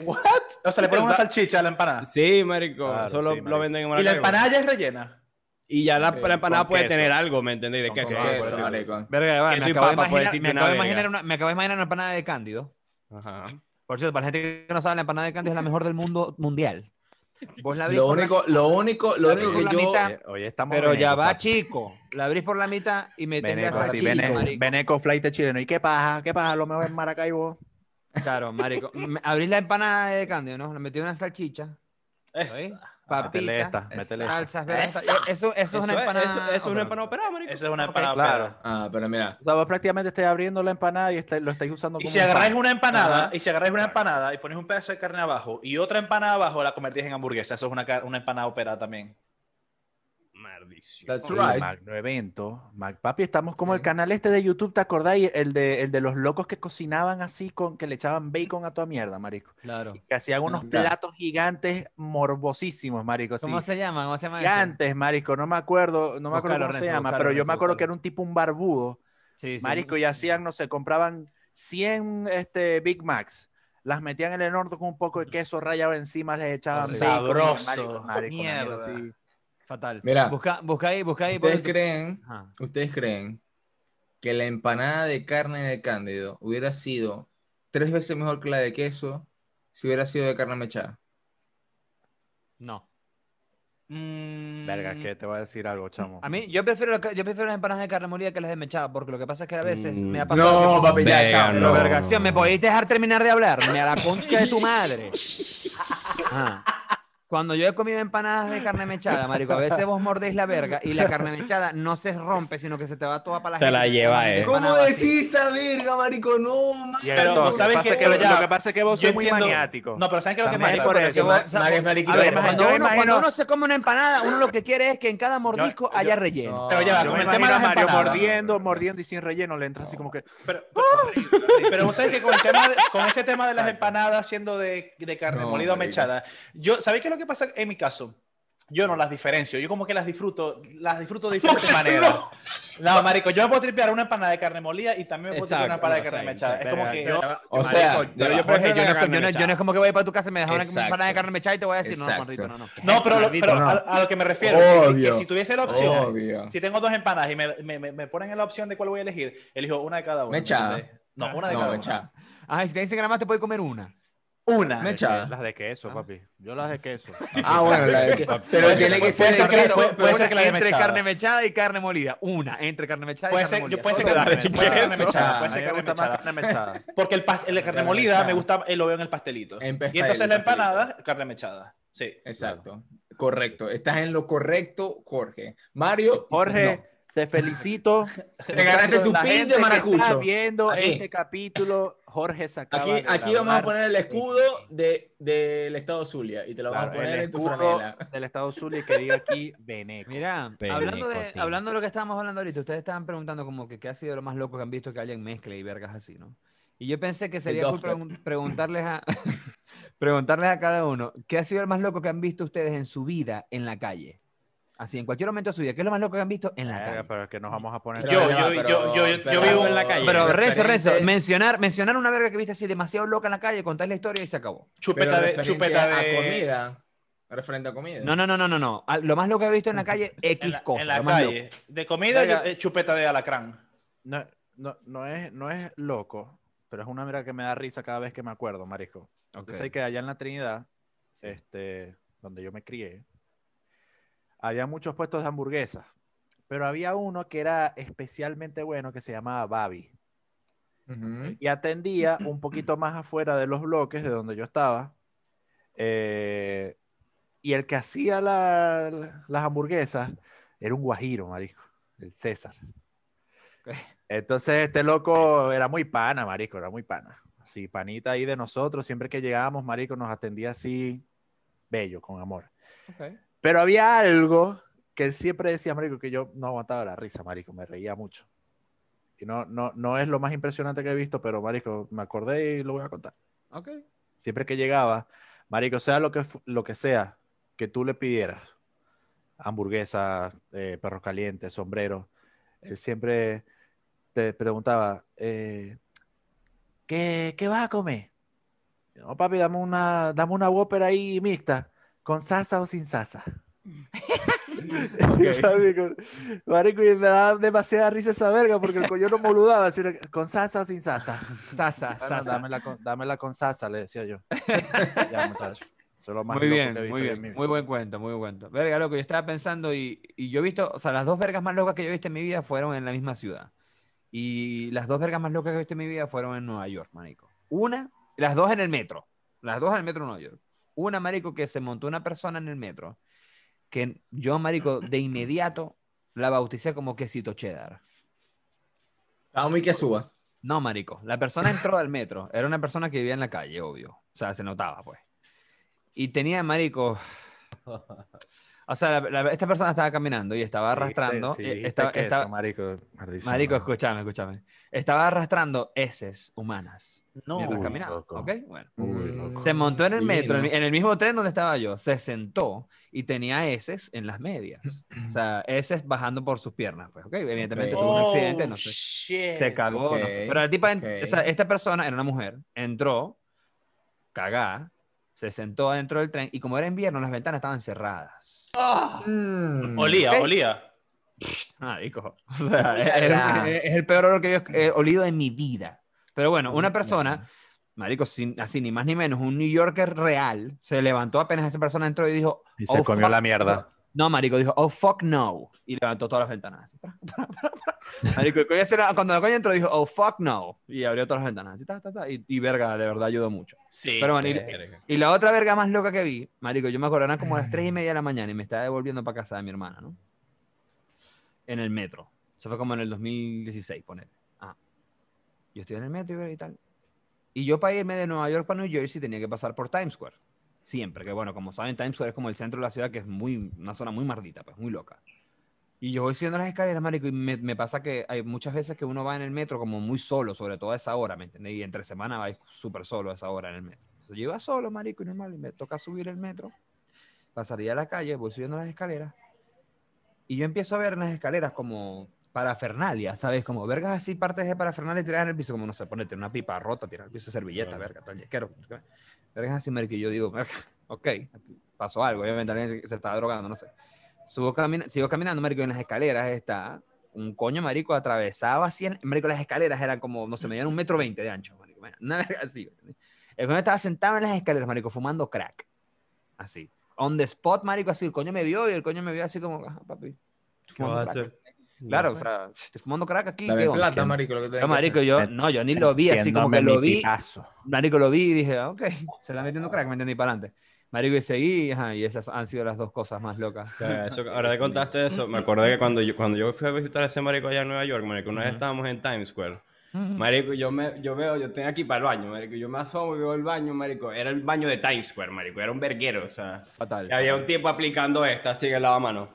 Speaker 2: O sea, le ponen una salchicha a la empanada.
Speaker 8: Sí, marico.
Speaker 4: Claro,
Speaker 8: solo
Speaker 4: sí,
Speaker 8: lo
Speaker 4: marico.
Speaker 8: venden en
Speaker 2: Y la
Speaker 8: Maracaibo.
Speaker 2: empanada ya es rellena.
Speaker 8: Y ya la,
Speaker 1: Ok,
Speaker 8: la empanada
Speaker 4: con
Speaker 8: puede
Speaker 4: queso.
Speaker 8: tener algo, ¿me entendéis? De
Speaker 4: Con
Speaker 8: queso.
Speaker 4: queso,
Speaker 8: Ah,
Speaker 1: ¿Qué es
Speaker 8: por
Speaker 1: eso,
Speaker 8: eso.
Speaker 1: marico?
Speaker 3: Verga, va,
Speaker 8: Que
Speaker 3: me
Speaker 8: soy
Speaker 3: acabo, de
Speaker 8: papa, por
Speaker 3: imaginar,
Speaker 8: decirte
Speaker 3: me acabo de
Speaker 8: una
Speaker 3: imaginar
Speaker 8: verga.
Speaker 3: una, me acabo de imaginar una empanada de Cándido.
Speaker 8: Ajá.
Speaker 3: Por cierto, para la gente que no sabe, la empanada de Cándido es la mejor del mundo mundial. Vos la abrís
Speaker 1: Lo
Speaker 3: por la-
Speaker 1: único, lo único, lo
Speaker 3: La
Speaker 1: único que
Speaker 3: película
Speaker 1: yo.
Speaker 3: mitad.
Speaker 4: Oye, oye, estamos
Speaker 3: Pero ya
Speaker 4: venecos,
Speaker 3: va,
Speaker 4: papi.
Speaker 3: chico. La abrís por la mitad y metes la
Speaker 4: Veneco, así,
Speaker 3: salchicha,
Speaker 4: veneco,
Speaker 3: marico.
Speaker 4: veneco flight chileno. ¿Y qué paja? ¿Qué paja? Lo mejor en Maracaibo.
Speaker 3: Claro, marico. Me- Abrís la empanada de Cándido, ¿no? Le metí una salchicha,
Speaker 2: Es-
Speaker 3: ¿sabéis?
Speaker 4: Métele
Speaker 3: Papita,
Speaker 4: esta, métele esta.
Speaker 3: salsas verdes. Eso, eso, es una empanada.
Speaker 8: Eso, eso es una empanada operada, marico.
Speaker 2: Esa es una
Speaker 3: Ok,
Speaker 2: empanada.
Speaker 4: claro.
Speaker 2: operada.
Speaker 1: Ah, pero mira.
Speaker 4: O sea, vos prácticamente estáis abriendo la empanada y está- lo estáis usando
Speaker 2: Y
Speaker 4: como
Speaker 2: si
Speaker 4: un pan.
Speaker 2: agarráis una empanada,
Speaker 4: Ajá.
Speaker 2: y si agarráis una empanada y pones un pedazo de carne abajo y otra empanada abajo, la convertís en hamburguesa. Eso es una, car- una empanada operada también.
Speaker 8: Maldición.
Speaker 1: That's
Speaker 4: Sí,
Speaker 1: right.
Speaker 4: Magno evento. Mag- papi, estamos como el canal este de YouTube, ¿te acordáis? El de, el de los locos que cocinaban así, con que le echaban bacon a toda mierda, marico.
Speaker 3: Claro.
Speaker 4: Que hacían unos
Speaker 1: Ya.
Speaker 4: platos gigantes morbosísimos, marico. así.
Speaker 3: ¿Cómo se llama? ¿Cómo se llama? eso?
Speaker 4: Gigantes, marico. No me acuerdo, no me acuerdo
Speaker 3: Búscalo,
Speaker 4: cómo se
Speaker 3: Renzo,
Speaker 4: llama,
Speaker 3: búscalo,
Speaker 4: pero yo
Speaker 3: Renzo,
Speaker 4: me acuerdo
Speaker 3: búscalo.
Speaker 4: que era un tipo un barbudo,
Speaker 3: Sí, sí.
Speaker 4: marico, y hacían, no sé, compraban 100 este, Big Macs. Las metían en el horno con un poco
Speaker 3: Mm.
Speaker 4: de queso rallado encima, les echaban bacon,
Speaker 2: Sabroso.
Speaker 4: marico, marico, una mierda
Speaker 2: Mierda.
Speaker 4: así.
Speaker 3: Fatal.
Speaker 1: Mira.
Speaker 3: Busca, busca ahí, busca ahí.
Speaker 1: ¿Ustedes
Speaker 3: pon-
Speaker 1: creen,
Speaker 3: Ajá.
Speaker 1: ustedes creen que la empanada de carne de cándido hubiera sido tres veces mejor que la de queso si hubiera sido de carne mechada?
Speaker 3: No.
Speaker 2: Mm,
Speaker 4: Verga, que te voy a decir algo, chamo.
Speaker 3: A mí, yo prefiero, la ca- yo prefiero las empanadas de carne molida que las de mechada, porque lo que pasa es que a veces
Speaker 8: Mm.
Speaker 3: me ha pasado.
Speaker 1: No,
Speaker 3: que-
Speaker 1: papi, ya,
Speaker 8: Venga,
Speaker 1: chao.
Speaker 3: Pero,
Speaker 8: no.
Speaker 1: verga.
Speaker 3: vergación, ¿me podéis dejar terminar de hablar? Me a la concha de tu madre. Ajá. Cuando yo he comido empanadas de carne mechada, marico, a veces vos mordéis la verga y la carne mechada no se rompe, sino que se te va toda para la
Speaker 8: Te la
Speaker 3: gente.
Speaker 8: lleva,
Speaker 3: Una
Speaker 8: eh.
Speaker 3: empanada
Speaker 1: ¿Cómo
Speaker 3: así.
Speaker 1: decís esa verga, marico? No, man.
Speaker 4: Y
Speaker 2: Pero,
Speaker 4: entonces,
Speaker 2: ¿sabes
Speaker 4: lo que
Speaker 2: qué?
Speaker 4: pasa es que-
Speaker 2: Pero ya,
Speaker 4: lo que pasa es que vos
Speaker 2: yo
Speaker 4: sos muy
Speaker 2: entiendo-
Speaker 4: maniático.
Speaker 2: No, pero ¿saben qué es lo que
Speaker 4: También
Speaker 2: pasa?
Speaker 4: por
Speaker 2: Porque
Speaker 4: eso.
Speaker 2: vos-
Speaker 1: Ma- Mario es mariquito.
Speaker 3: A ver,
Speaker 4: Yo
Speaker 3: cuando,
Speaker 4: me
Speaker 3: uno,
Speaker 4: imagino-
Speaker 3: cuando uno se come una empanada, uno lo que quiere es que en cada mordisco
Speaker 2: yo-
Speaker 3: haya relleno.
Speaker 2: Pero ya va,
Speaker 4: Yo
Speaker 2: con
Speaker 4: me
Speaker 2: el tema de
Speaker 4: imagino a
Speaker 2: las
Speaker 4: Mario
Speaker 2: empanadas.
Speaker 4: mordiendo, mordiendo y sin relleno, le entra así como que.
Speaker 2: Pero, pero vos sabés que con, el tema de- con ese tema de las empanadas siendo de, de carne
Speaker 1: No,
Speaker 2: molida o
Speaker 1: marico.
Speaker 2: mechada, yo, ¿sabéis qué es lo que pasa en mi caso? Yo no las diferencio, yo como que las disfruto, las disfruto de diferentes maneras. No? marico, yo me puedo tripear una empanada de carne molida y también me puedo tripear una empanada
Speaker 8: Exacto,
Speaker 2: de
Speaker 8: no,
Speaker 2: carne
Speaker 8: exacto,
Speaker 2: mechada. Es como que...
Speaker 1: O sea,
Speaker 8: Marico,
Speaker 1: ya
Speaker 8: yo-
Speaker 1: va.
Speaker 3: Jorge,
Speaker 8: yo
Speaker 3: yo
Speaker 8: prefiero
Speaker 3: no,
Speaker 8: la
Speaker 3: estoy-
Speaker 8: carne
Speaker 3: yo no- yo no
Speaker 8: mechada.
Speaker 3: es como que voy para tu casa y me dejas una
Speaker 1: Exacto.
Speaker 3: empanada de carne mechada y te voy a decir, no, no,
Speaker 1: Exacto.
Speaker 3: mordito, no, no.
Speaker 2: No, pero, lo-
Speaker 1: Maldito,
Speaker 2: pero
Speaker 1: no.
Speaker 2: a, a lo que me refiero, que si- que si,
Speaker 1: Obvio.
Speaker 2: tuviese la opción,
Speaker 1: Obvio.
Speaker 2: si tengo dos empanadas y me, me- me- me ponen en la opción de cuál voy a elegir, elijo una de cada una.
Speaker 1: Mechada.
Speaker 2: ¿entendés? No, una de cada
Speaker 1: No,
Speaker 2: una.
Speaker 1: mechada.
Speaker 3: Ay, Ah, si te dicen que nada más te puedes comer una.
Speaker 2: Una.
Speaker 1: Mechada.
Speaker 4: Las de queso, papi. Yo las de queso.
Speaker 1: Ah, bueno, la de queso. Pero tiene que ser de
Speaker 2: ser que-
Speaker 1: queso.
Speaker 2: puede- puede
Speaker 1: pero-
Speaker 2: ser que la de
Speaker 3: entre
Speaker 2: mechada.
Speaker 3: carne mechada y carne molida. Una, entre carne mechada y
Speaker 2: Puede
Speaker 3: carne
Speaker 2: ser, yo
Speaker 3: molida.
Speaker 2: puede ser
Speaker 8: Otra
Speaker 2: carne,
Speaker 8: de
Speaker 2: puede ser carne
Speaker 1: queso.
Speaker 2: mechada,
Speaker 4: A
Speaker 2: puede
Speaker 4: mí
Speaker 2: ser
Speaker 4: me
Speaker 2: carne
Speaker 4: gusta más
Speaker 2: mechada.
Speaker 4: carne mechada.
Speaker 2: Porque el pas- la carne
Speaker 1: carne
Speaker 2: molida me
Speaker 1: mechada.
Speaker 2: gusta, eh, lo veo en el pastelito.
Speaker 1: En
Speaker 2: y
Speaker 1: pastel,
Speaker 2: entonces la
Speaker 1: en pastelito.
Speaker 2: empanada, carne mechada. Sí.
Speaker 1: Exacto. Correcto. Estás en lo correcto, Jorge. Mario.
Speaker 4: Jorge, Te felicito.
Speaker 1: Te ganaste tu
Speaker 4: La
Speaker 1: pin
Speaker 4: gente
Speaker 1: de
Speaker 4: que está
Speaker 1: maracucho.
Speaker 4: viendo
Speaker 1: Aquí.
Speaker 4: este capítulo, Jorge se acaba
Speaker 1: Aquí,
Speaker 4: de
Speaker 1: aquí vamos a
Speaker 4: graduar.
Speaker 1: poner el escudo de- del estado Zulia y te lo
Speaker 4: Claro,
Speaker 1: vamos a poner
Speaker 4: el
Speaker 1: en tu
Speaker 4: escudo
Speaker 1: franela.
Speaker 4: del Estado Zulia que diga aquí Beneco.
Speaker 3: Mira,
Speaker 8: Pene
Speaker 3: hablando de,
Speaker 8: Cotín.
Speaker 3: hablando de lo que estábamos hablando ahorita, ustedes estaban preguntando como que qué ha sido lo más loco que han visto que alguien mezcle y vergas así, ¿no? Y yo pensé que sería cool
Speaker 1: dubstep.
Speaker 3: pregun- preguntarles a preguntarles a cada uno qué ha sido el más loco que han visto ustedes en su vida en la calle. Así, en cualquier momento de su vida, ¿qué es lo más loco que han visto en la
Speaker 4: Verga,
Speaker 3: calle?
Speaker 4: pero es que nos vamos a poner.
Speaker 2: Yo- yo- yo- yo- yo vivo en
Speaker 8: la calle.
Speaker 3: Pero
Speaker 1: referente-
Speaker 3: rezo, rezo, mencionar, mencionar una verga que viste así demasiado loca en la calle, contar la historia y se acabó.
Speaker 1: pero
Speaker 2: Chupeta de.
Speaker 1: referente
Speaker 2: Chupeta
Speaker 1: a
Speaker 2: de.
Speaker 1: comida. Referente a comida.
Speaker 3: No, no, no, no, no, no. Al- Lo más loco que he visto en la calle, X
Speaker 2: En la,
Speaker 3: cosa.
Speaker 2: en la
Speaker 3: lo más loco.
Speaker 2: calle. De comida,
Speaker 4: Verga.
Speaker 2: yo- eh, chupeta de alacrán.
Speaker 4: No, no, no, es, no es loco, pero es una mira que me da risa cada vez que me acuerdo, Marisco.
Speaker 3: Ok.
Speaker 4: Yo sé que allá en la Trinidad, este, donde yo me crié, había muchos puestos de hamburguesas, pero había uno que era especialmente bueno que se llamaba Babi
Speaker 1: Ujú.
Speaker 4: y atendía un poquito más afuera de los bloques de donde yo estaba. eh, y el que hacía la- las hamburguesas era un guajiro, marisco, el César.
Speaker 3: Ok.
Speaker 4: Entonces este loco era muy pana, marisco, era muy pana. Así, panita ahí de nosotros, siempre que llegábamos, marisco, nos atendía así, bello, con amor.
Speaker 3: Ok.
Speaker 4: Pero había algo que él siempre decía, marico, que yo no aguantaba la risa, marico, me reía mucho. Y no, no, no es lo más impresionante que he visto, pero marico, me acordé y lo voy a contar.
Speaker 3: Ok.
Speaker 4: Siempre que llegaba, marico, sea lo que, fu- lo que sea que tú le pidieras, hamburguesas, eh, perros calientes, sombrero, él siempre te preguntaba, eh, ¿qué, qué vas a comer? No, papi, dame una, dame una Whopper ahí mixta, con salsa o sin salsa. Marico, marico, y me da demasiada risa esa verga porque el coño no moludaba, sino que, con salsa o sin salsa.
Speaker 3: Sasa,
Speaker 4: Ah, no,
Speaker 3: sasa.
Speaker 4: dámela, con, dámela con salsa, le decía yo. Ya, muchacho, eso es lo más
Speaker 3: Muy
Speaker 4: loco
Speaker 3: bien,
Speaker 4: que he
Speaker 3: muy
Speaker 4: visto
Speaker 3: bien,
Speaker 4: en mi vida.
Speaker 3: muy buen cuento, muy buen cuento. Verga, loco, yo estaba pensando y, y yo he visto, o sea, las dos vergas más locas que yo he visto en mi vida fueron en la misma ciudad. Y las dos vergas más locas que he visto en mi vida fueron en Nueva York, marico. Una, las dos en el metro, las dos en el metro de Nueva York. Una, marico, que se montó una persona en el metro, que yo, marico, de inmediato la bauticé como quesito cheddar.
Speaker 1: Estaba muy que suba.
Speaker 3: No, marico. La persona entró al metro. Era una persona que vivía en la calle, obvio. O sea, se notaba, pues. Y tenía, marico... O sea, la- la- esta persona estaba caminando y estaba arrastrando...
Speaker 4: Sí,
Speaker 3: eh,
Speaker 4: dijiste
Speaker 3: estaba,
Speaker 4: que eso,
Speaker 3: estaba-
Speaker 4: marico, maldición,
Speaker 3: marico,
Speaker 4: no.
Speaker 3: escúchame, escúchame. Estaba arrastrando heces humanas.
Speaker 9: No.
Speaker 3: mientras
Speaker 4: Uy,
Speaker 3: caminaba.
Speaker 4: loco.
Speaker 3: ¿Ok? Bueno.
Speaker 4: Uy,
Speaker 1: Mm.
Speaker 4: loco.
Speaker 3: Se montó en el
Speaker 1: Divino.
Speaker 3: metro, en el- en el mismo tren donde estaba yo. Se sentó y tenía heces en las medias. O sea, heces bajando por sus piernas. Pues, ¿ok? Evidentemente
Speaker 1: Ok.
Speaker 3: tuvo un
Speaker 2: Oh,
Speaker 3: accidente, no sé.
Speaker 2: shit.
Speaker 3: Se cagó, no sé.
Speaker 1: Ok,
Speaker 3: Pero la tipa, en-
Speaker 1: ok.
Speaker 3: o sea, esta persona era una mujer, entró, cagá, se sentó adentro del tren y como era invierno, las ventanas estaban cerradas.
Speaker 1: Mm.
Speaker 2: Olía,
Speaker 3: Ok.
Speaker 2: olía.
Speaker 3: Ah, hijo. O sea, era- es, el peor olor que yo he olido en mi vida. Pero bueno, una persona, marico, sin- así ni más ni menos, un New Yorker real, se levantó apenas esa persona entró y dijo,
Speaker 4: Y se
Speaker 3: "Oh,
Speaker 4: comió la
Speaker 3: fuck
Speaker 4: mierda.
Speaker 3: No, marico, dijo, oh, fuck no. Y levantó todas las ventanas. así, pra, pra, pra, pra. Marico, el coño se la- cuando el coño entró, dijo, oh, fuck no. Y abrió todas las ventanas. así, ta, ta, ta. y, y verga, de verdad ayudó mucho.
Speaker 2: Sí.
Speaker 3: Pero bueno, y-
Speaker 2: verga.
Speaker 3: y la otra verga más loca que vi, marico, yo me acuerdo, eran como a las tres y media de la mañana y me estaba devolviendo para casa de mi hermana, ¿no? En el metro. Eso fue como en el 2016, poner. Ah. Yo estoy en el metro y ver- y tal. Y yo para irme de Nueva York para New Jersey tenía que pasar por Times Square. Siempre, que bueno, como saben, Times Square es como el centro de la ciudad, que es muy, una zona muy mardita, pues, muy loca. Y yo voy subiendo las escaleras, marico, y me, me pasa que hay muchas veces que uno va en el metro como muy solo, sobre todo a esa hora, ¿me entiendes? Y entre semana va súper solo a esa hora en el metro. Entonces, yo iba solo, marico, y normal, y me toca subir el metro, pasaría a la calle, voy subiendo las escaleras, y yo empiezo a ver en las escaleras como parafernalia, ¿sabes? Como vergas así, partes de parafernalia tiradas en el piso, como no sé, ponete una pipa rota, tirar al piso servilleta, verga, tal, yaquero, vergas así, marico, y yo digo, verga, ok, aquí pasó algo, obviamente alguien se, se estaba drogando, no sé. Subo camina- sigo caminando, marico, y en las escaleras está un coño, marico, atravesaba así, en- marico, las escaleras eran como, no sé, medían un metro veinte de ancho, marico, bueno, una verga así, el coño estaba sentado en las escaleras, marico, fumando crack. Así. On the spot, marico, así. El coño me vio y el coño me vio así como, ajá, papi.
Speaker 8: ¿Qué vas a
Speaker 3: fumando crack.
Speaker 8: hacer?
Speaker 3: Claro, o sea, estoy fumando crack aquí.
Speaker 1: Dame
Speaker 3: ¿qué onda?
Speaker 1: plata, marico, lo que tenés
Speaker 3: Yo,
Speaker 1: que
Speaker 3: marico,
Speaker 1: hacer.
Speaker 3: yo, no, yo ni lo vi, así como que
Speaker 4: Metiéndome
Speaker 3: lo
Speaker 4: mi
Speaker 3: vi.
Speaker 4: pipazo.
Speaker 3: Marico, lo vi y dije, ah, ok, se está metiendo crack, me entendí para adelante. Marico, y seguí, ajá, y esas han sido las dos cosas más locas.
Speaker 8: Claro, eso- ahora que contaste eso, me acordé que cuando yo, cuando yo fui a visitar a ese marico allá en Nueva York, marico, una vez estábamos en Times Square. Marico, yo, me, yo veo, yo tengo aquí para el baño, marico, yo me asomo y veo el baño, marico, era el baño de Times Square, marico, era un verguero, o sea,
Speaker 3: Fatal.
Speaker 8: y había un tipo aplicando esta, así que lavamanos.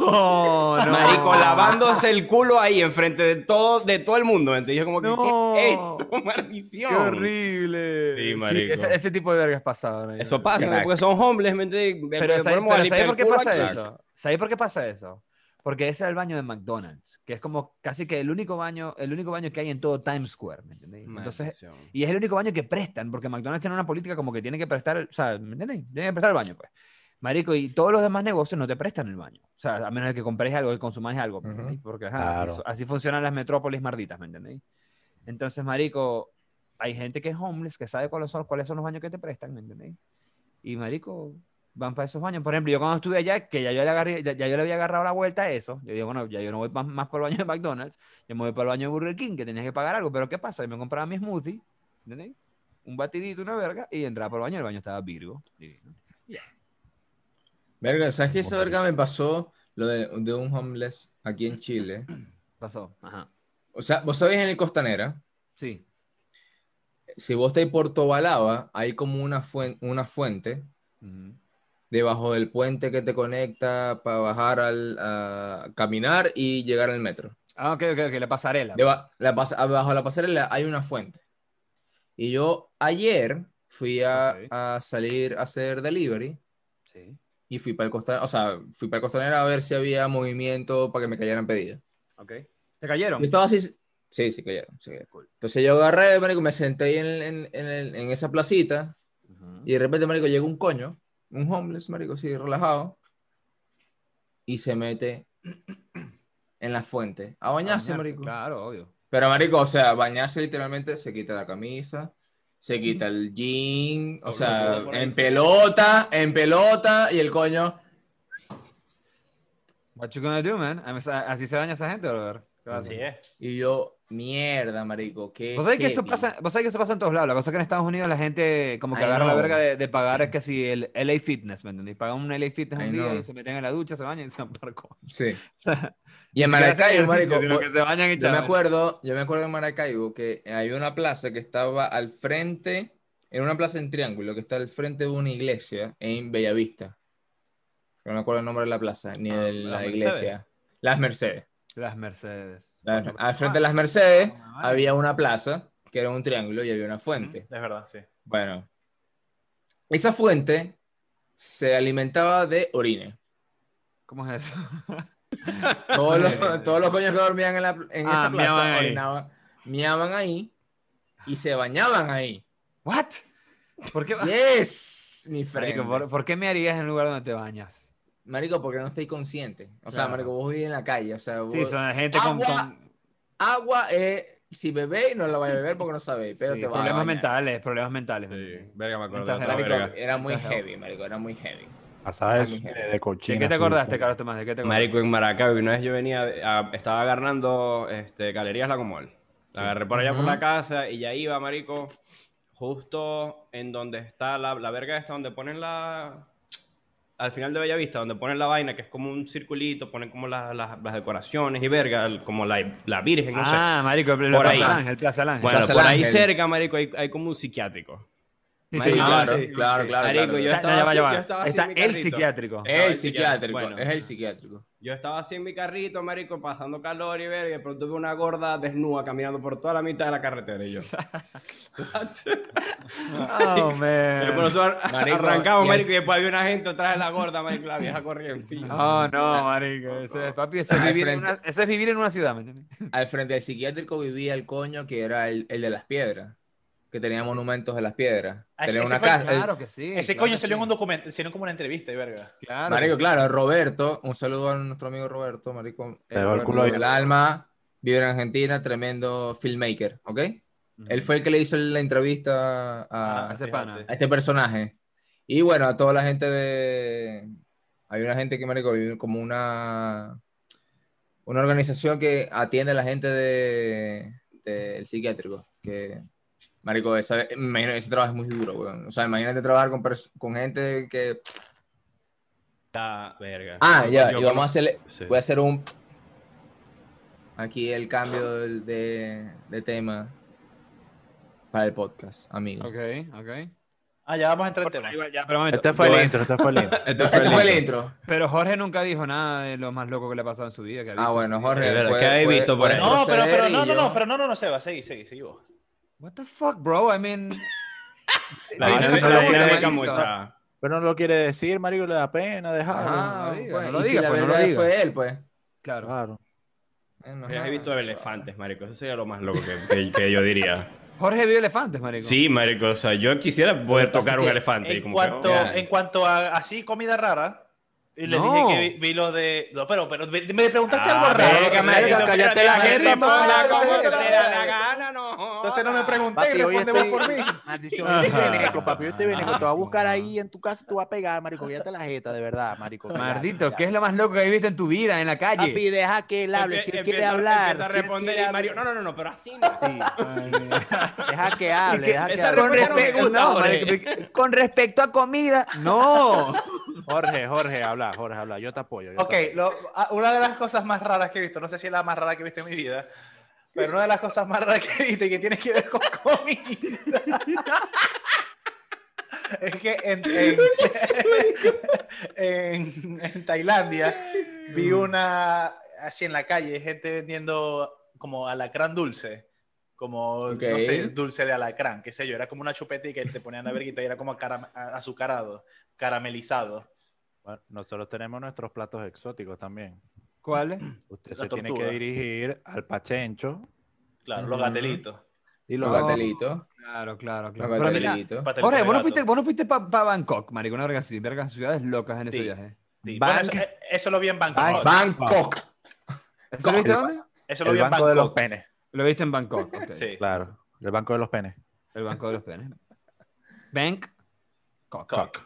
Speaker 3: Oh, No, no.
Speaker 8: Marico, lavándose el culo ahí enfrente de todo, de todo el mundo, entonces yo como que, ¿qué es esto? ¡Maldición!
Speaker 3: ¡Qué horrible!
Speaker 8: Sí, marico.
Speaker 3: ese, ese tipo de vergas pasado. ¿no?
Speaker 8: Eso pasa,
Speaker 1: Caraca.
Speaker 8: porque son hombres, ¿me entiendes?
Speaker 3: Pero,
Speaker 8: Le
Speaker 3: ¿sabes,
Speaker 8: ponemos a
Speaker 3: pero
Speaker 8: limpiar
Speaker 3: ¿sabes por
Speaker 8: el
Speaker 3: qué
Speaker 8: culo
Speaker 3: pasa
Speaker 8: aquí.
Speaker 3: eso? ¿Sabes por qué pasa eso? Porque ese era el baño de McDonald's, que es como casi que el único baño, el único baño que hay en todo Times Square, ¿me entendéis? Entonces,
Speaker 8: Maldición.
Speaker 3: y es el único baño que prestan, porque McDonald's tiene una política como que tiene que prestar, el- o sea, ¿me entendéis? Tiene que prestar el baño, pues. Marico, y todos los demás negocios no te prestan el baño. O sea, a menos de que compréis algo, que consumáis algo, ¿me
Speaker 1: Ujú.
Speaker 3: entendéis? Porque ajá,
Speaker 4: Claro.
Speaker 3: así, así funcionan las metrópolis marditas, ¿me entendéis? Entonces, marico, hay gente que es homeless, que sabe cuáles son, cuáles son los baños que te prestan, ¿me entendéis? Y marico, van para esos baños. Por ejemplo, yo cuando estuve allá, que ya yo le, agarré, ya, ya yo le había agarrado la vuelta a eso, yo digo, bueno, ya yo no voy más, más por el baño de McDonald's, yo me voy para el baño de Burger King, que tenías que pagar algo. Pero ¿qué pasa? Yo me compraba mi smoothie, ¿entendéis? Un batidito, una verga, y entraba por el baño, el baño estaba virgo. Y-
Speaker 1: Verga, ¿sabes qué? Esa verga me pasó lo de, de un homeless aquí en Chile.
Speaker 3: Pasó, ajá.
Speaker 1: O sea, vos sabés en el Costanera,
Speaker 3: Sí,
Speaker 1: si vos estáis por Tobalaba, hay como una, fuen- una fuente
Speaker 3: Ujú.
Speaker 1: debajo del puente que te conecta para bajar al a caminar y llegar al metro.
Speaker 3: Ah, ok, ok, ok, la pasarela.
Speaker 1: Deba- la pas- abajo de la pasarela hay una fuente. Y yo ayer fui a,
Speaker 3: Ok.
Speaker 1: a salir a hacer delivery
Speaker 3: Sí,
Speaker 1: y fui para el costanera, o sea, fui para el costanera a ver si había movimiento para que me cayeran pedidos.
Speaker 3: ok. ¿Te cayeron?
Speaker 1: Yo estaba así. Sí, sí, cayeron. sí cayeron. Entonces yo agarré, marico, me senté ahí en, en- en el- en esa placita
Speaker 3: Ujú.
Speaker 1: y de repente, marico, llega un coño, un homeless, marico, así relajado, y se mete en la fuente a bañarse,
Speaker 3: A bañarse,
Speaker 1: marico.
Speaker 3: Claro, obvio.
Speaker 1: Pero, marico, o sea, bañarse literalmente se quita la camisa, se quita el jean, o sea,
Speaker 2: todo por ahí.
Speaker 1: en pelota, en pelota, y el coño...
Speaker 3: What you gonna do, man? Además, a- Así se daña esa gente, brother. ¿Qué va a
Speaker 2: Así
Speaker 3: hacer?
Speaker 2: es.
Speaker 1: Y yo, mierda, marico, qué...
Speaker 3: Vos sabés que eso
Speaker 1: heavy".
Speaker 3: pasa, vos sabés que eso pasa en todos lados. La cosa es que en Estados Unidos la gente como que
Speaker 1: I
Speaker 3: agarra la
Speaker 1: know.
Speaker 3: verga de, de pagar es que si el LA Fitness, ¿me entendés? Pagan un LA Fitness
Speaker 1: I
Speaker 3: un día
Speaker 1: know.
Speaker 3: y se meten en la ducha, se bañan y se van para el co-
Speaker 1: Sí.
Speaker 3: O
Speaker 1: Y
Speaker 3: sea,
Speaker 1: en
Speaker 3: ni siquiera hacen
Speaker 1: Maracaibo,
Speaker 3: ejercicio,
Speaker 1: marico,
Speaker 3: sino que se bañan y
Speaker 1: Yo me
Speaker 3: chao.
Speaker 1: acuerdo, yo me acuerdo en Maracaibo que hay una plaza que estaba al frente, en una plaza en triángulo, que está al frente de una iglesia en Bellavista. No me acuerdo el nombre de la plaza, ni
Speaker 2: Ah,
Speaker 1: de
Speaker 2: ¿las
Speaker 1: la
Speaker 2: Mercedes?
Speaker 1: iglesia. Las Mercedes.
Speaker 3: Las Mercedes.
Speaker 1: La-
Speaker 3: Bueno,
Speaker 1: al frente de
Speaker 3: ah,
Speaker 1: las Mercedes
Speaker 3: Ah, vale.
Speaker 1: había una plaza que era un triángulo y había una
Speaker 2: Ujú,
Speaker 1: fuente.
Speaker 2: Mm, Es verdad, sí.
Speaker 1: Bueno, esa fuente se alimentaba de orina.
Speaker 3: ¿Cómo es eso?
Speaker 1: Todos los, todos los coños que dormían en, la, en
Speaker 3: Eh, Ah,
Speaker 1: esa plaza
Speaker 3: meaban ahí.
Speaker 1: orinaban, miaban ahí y se bañaban ahí.
Speaker 3: ¿What? ¿Por qué,
Speaker 1: Yes, mi friend.
Speaker 3: Marico, ¿por,
Speaker 1: Marico,
Speaker 3: por qué me harías en un lugar donde te bañas?
Speaker 1: porque no estáis consciente. O sea,
Speaker 3: Claro.
Speaker 1: marico, vos vivís en la calle. O sea, vos-
Speaker 3: Sí, son gente con,
Speaker 1: Agua,
Speaker 3: con-
Speaker 1: agua eh, si bebéis, no la vais a beber porque no sabéis, pero
Speaker 3: sí,
Speaker 1: te va a
Speaker 3: problemas
Speaker 1: bañar.
Speaker 3: mentales, problemas mentales. ¿me
Speaker 8: Sí,
Speaker 3: entendés?
Speaker 8: verga, me acordé
Speaker 3: Entonces,
Speaker 8: de otra
Speaker 1: Marico,
Speaker 8: verga.
Speaker 3: este,
Speaker 1: era muy heavy, marico, era muy heavy.
Speaker 4: Pasaba
Speaker 1: Ah,
Speaker 4: eso.
Speaker 1: mujer.
Speaker 4: De
Speaker 3: ¿De
Speaker 4: cochina.
Speaker 3: qué te
Speaker 4: así,
Speaker 3: acordaste,
Speaker 4: con-
Speaker 3: Carlos Tomás? ¿De qué te acordaste?
Speaker 8: Marico en Maracaibo, y una vez yo venía, a- estaba agarrando este, Galerías La Comol. La agarré por allá por la casa y ya iba, marico, justo en donde está la, la verga esta, donde ponen la... Al final de Bellavista, donde ponen la vaina, que es como un circulito, ponen como la- la- las decoraciones y verga, el- como la, la virgen, no sé.
Speaker 3: Ah, marico, el
Speaker 8: Por
Speaker 3: Plaza
Speaker 8: ahí.
Speaker 3: Lange, el Plaza Lange.
Speaker 8: Bueno,
Speaker 1: Plaza
Speaker 8: por ahí
Speaker 1: Ángel.
Speaker 8: cerca, marico, hay, hay como un psiquiátrico.
Speaker 3: Sí, sí,
Speaker 1: Marico,
Speaker 3: sí,
Speaker 1: claro,
Speaker 3: sí, sí.
Speaker 1: claro, claro,
Speaker 8: Marico,
Speaker 1: claro.
Speaker 8: yo
Speaker 3: Está-
Speaker 8: estaba
Speaker 3: no, ya va,
Speaker 8: así-
Speaker 3: ya va.
Speaker 8: yo estaba así
Speaker 3: Está
Speaker 8: en mi
Speaker 3: el
Speaker 8: carrito.
Speaker 3: psiquiátrico.
Speaker 8: Eh,
Speaker 1: Es el psiquiátrico,
Speaker 8: Bueno.
Speaker 1: es el psiquiátrico.
Speaker 8: Yo estaba así en mi carrito, marico, pasando calor y verga, y de pronto veo una gorda desnuda caminando por toda la mitad de la carretera y yo.
Speaker 3: Oh,
Speaker 8: Pero
Speaker 3: man.
Speaker 8: por eso ar-
Speaker 1: Marico,
Speaker 8: arrancamos,
Speaker 1: y
Speaker 8: marico,
Speaker 1: es-
Speaker 8: y después había una gente atrás de la gorda, marico, la vieja corriendo. y yo,
Speaker 3: Oh, no, marico. Eso es, papi, eso es,
Speaker 1: Al
Speaker 3: vivir en
Speaker 1: frente.
Speaker 3: una, eso es vivir en una ciudad, ¿me entiendes?
Speaker 1: Al frente del psiquiátrico vivía el coño que era el, el de las piedras, que tenía monumentos de las piedras.
Speaker 2: Ah,
Speaker 1: Tenía
Speaker 2: ese-
Speaker 1: una
Speaker 2: ese coño,
Speaker 1: casa. el-
Speaker 3: Claro que sí.
Speaker 2: Ese
Speaker 3: claro
Speaker 2: coño
Speaker 3: que
Speaker 2: salió
Speaker 3: sí.
Speaker 2: en un documento, salió como una entrevista y verga.
Speaker 3: Claro.
Speaker 1: Marico,
Speaker 3: que
Speaker 1: claro, Roberto, un saludo a nuestro amigo Roberto, Marico. eh,
Speaker 4: Te dejo el
Speaker 1: Roberto
Speaker 4: culo
Speaker 1: del
Speaker 4: abierto.
Speaker 1: alma, vive en Argentina, tremendo filmmaker, ¿ok?
Speaker 3: sí.
Speaker 1: Él fue el que le hizo la entrevista a,
Speaker 3: Ah, ese pana.
Speaker 1: a este personaje. Y bueno, a toda la gente de. Hay una gente que, Marico, vive como una. Una organización que atiende a la gente de, del psiquiátrico, que Marico, esa, me imagino que ese trabajo es muy duro, weón. O sea, imagínate trabajar con, pers- con gente que.
Speaker 8: Está verga.
Speaker 1: Ah, ya,
Speaker 8: Yo
Speaker 1: y vamos
Speaker 8: como-
Speaker 1: a hacerle.
Speaker 8: sí.
Speaker 1: Voy a hacer un. Aquí el cambio del- de, de tema para el podcast, amigo.
Speaker 3: Ok, ok.
Speaker 2: Ah, ya vamos a entrar en tema.
Speaker 3: Ahí va, ya, pero un momento.
Speaker 4: Este fue
Speaker 1: Yo-
Speaker 4: el intro, este fue el intro.
Speaker 8: Este
Speaker 1: Este fue el
Speaker 8: intro.
Speaker 1: intro.
Speaker 3: Pero Jorge nunca dijo nada de lo más loco que le ha pasado en su vida. Que ha
Speaker 1: Ah,
Speaker 3: visto.
Speaker 1: bueno, Jorge.
Speaker 8: Es verdad,
Speaker 1: puede-
Speaker 8: ¿qué habéis
Speaker 1: puede-
Speaker 8: visto por
Speaker 1: puede
Speaker 8: ahí?
Speaker 2: No, pero, pero
Speaker 1: proceder
Speaker 2: no,
Speaker 1: y
Speaker 2: no,
Speaker 1: yo-
Speaker 2: no, pero no, no, no, Seba, seguí, seguí, seguí vos.
Speaker 3: What the fuck, bro? I mean.
Speaker 8: La
Speaker 3: No,
Speaker 8: dinámica-
Speaker 3: no,
Speaker 8: la
Speaker 3: no,
Speaker 8: dinámica
Speaker 3: no,
Speaker 8: mochada.
Speaker 4: Pero no lo quiere decir, marico, le da pena dejarlo.
Speaker 1: Ah,
Speaker 3: no lo diga,
Speaker 1: pues,
Speaker 3: no lo
Speaker 1: y si
Speaker 3: diga,
Speaker 1: la
Speaker 3: pues, no lo
Speaker 1: verga
Speaker 3: diga.
Speaker 1: fue él, pues. Eh,
Speaker 3: Claro.
Speaker 4: Claro.
Speaker 1: Bueno,
Speaker 8: Yo
Speaker 1: ajá.
Speaker 8: he visto elefantes, marico. Eso sería lo más loco que, que- que yo diría.
Speaker 3: Jorge vio elefantes, marico.
Speaker 8: Sí, marico. O sea, yo quisiera
Speaker 1: Lo
Speaker 8: poder
Speaker 1: que pasa
Speaker 8: tocar
Speaker 1: es
Speaker 8: un
Speaker 1: que
Speaker 8: elefante. y
Speaker 2: En
Speaker 8: como que- oh,
Speaker 2: cuanto,
Speaker 1: Ya.
Speaker 2: en cuanto a así comida rara, y les
Speaker 3: No.
Speaker 2: dije que vi, vi lo de. No, pero, pero me me preguntaste
Speaker 8: Ah,
Speaker 2: algo raro.
Speaker 8: verga,
Speaker 2: Seba.
Speaker 8: marico,
Speaker 4: Cállate
Speaker 8: mírate
Speaker 4: la jeta,
Speaker 8: jeta,
Speaker 4: papá,
Speaker 8: pana,
Speaker 4: cállate
Speaker 8: como
Speaker 4: la
Speaker 8: te
Speaker 4: jeta.
Speaker 8: da la gana, no.
Speaker 2: Entonces no me pregunté
Speaker 4: Papi,
Speaker 2: y
Speaker 4: hoy
Speaker 2: responde vos
Speaker 4: estoy,
Speaker 2: por mí.
Speaker 4: Maldición, hoy estoy veneco, papi, hoy estoy veneco. Te voy a buscar ahí en tu casa y te voy a pegar, marico. Fíjate la jeta, de verdad, marico.
Speaker 3: Maldito,
Speaker 4: Ya,
Speaker 3: ¿qué
Speaker 4: ya.
Speaker 3: es lo más loco que has visto en tu vida, en la calle?
Speaker 4: Papi, deja que él hable. Si él quiere
Speaker 8: Empieza-
Speaker 4: hablar.
Speaker 8: Empieza a
Speaker 4: si él
Speaker 8: responder
Speaker 4: quiere
Speaker 8: y Mario.
Speaker 4: hablar-
Speaker 8: No, no, no, no, pero así no.
Speaker 4: Deja que hable, deja que
Speaker 8: esa
Speaker 4: hable.
Speaker 8: Con respuesta no me respeto- gusta, no, Jorge.
Speaker 3: con respecto a comida, no.
Speaker 4: Jorge, Jorge, habla, Jorge, habla. Yo te apoyo. yo te
Speaker 2: Ok,
Speaker 4: apoyo.
Speaker 2: lo- ah, una de las cosas más raras que he visto, no sé si es la más rara que he visto en mi vida, pero una de las cosas más raras que he visto y que tiene que ver con comida. es que en, en- en- en Tailandia vi
Speaker 1: Mm.
Speaker 2: una, así en la calle, gente vendiendo como alacrán dulce. Como, no
Speaker 1: Ok.
Speaker 2: sé, dulce de alacrán, qué sé yo. Era como una chupeta y que te ponían la verguita y era como cara- azucarado, caramelizado.
Speaker 4: Bueno, nosotros tenemos nuestros platos exóticos también.
Speaker 3: ¿Cuál?
Speaker 4: Usted
Speaker 2: La
Speaker 4: se tiene que
Speaker 2: tortuga.
Speaker 4: dirigir al pachencho
Speaker 2: Claro, los
Speaker 1: Ujú.
Speaker 2: gatelitos.
Speaker 4: y
Speaker 1: Los
Speaker 4: los
Speaker 1: gatelitos.
Speaker 3: Claro, claro,
Speaker 1: Los
Speaker 3: claro. Pero mira,
Speaker 1: gatelitos.
Speaker 2: Patelito
Speaker 3: Jorge,
Speaker 2: de
Speaker 3: vos no
Speaker 2: gato.
Speaker 3: fuiste, vos no fuiste para Bangkok, marico, una verga así, verga, ciudades locas en ese
Speaker 2: Sí.
Speaker 3: viaje.
Speaker 2: Sí,
Speaker 4: Ban-
Speaker 2: bueno, eso, eh, eso lo vi en Bangkok.
Speaker 4: Ban-
Speaker 1: Bangkok.
Speaker 3: ¿Eso lo viste dónde?
Speaker 2: eso lo
Speaker 4: El
Speaker 2: vi en
Speaker 4: banco
Speaker 2: Bangkok.
Speaker 4: de los penes.
Speaker 3: Lo viste en Bangkok. ok.
Speaker 2: Sí.
Speaker 4: Claro, el banco de los penes.
Speaker 3: El banco de los penes. Bank. Cock.
Speaker 2: Cock.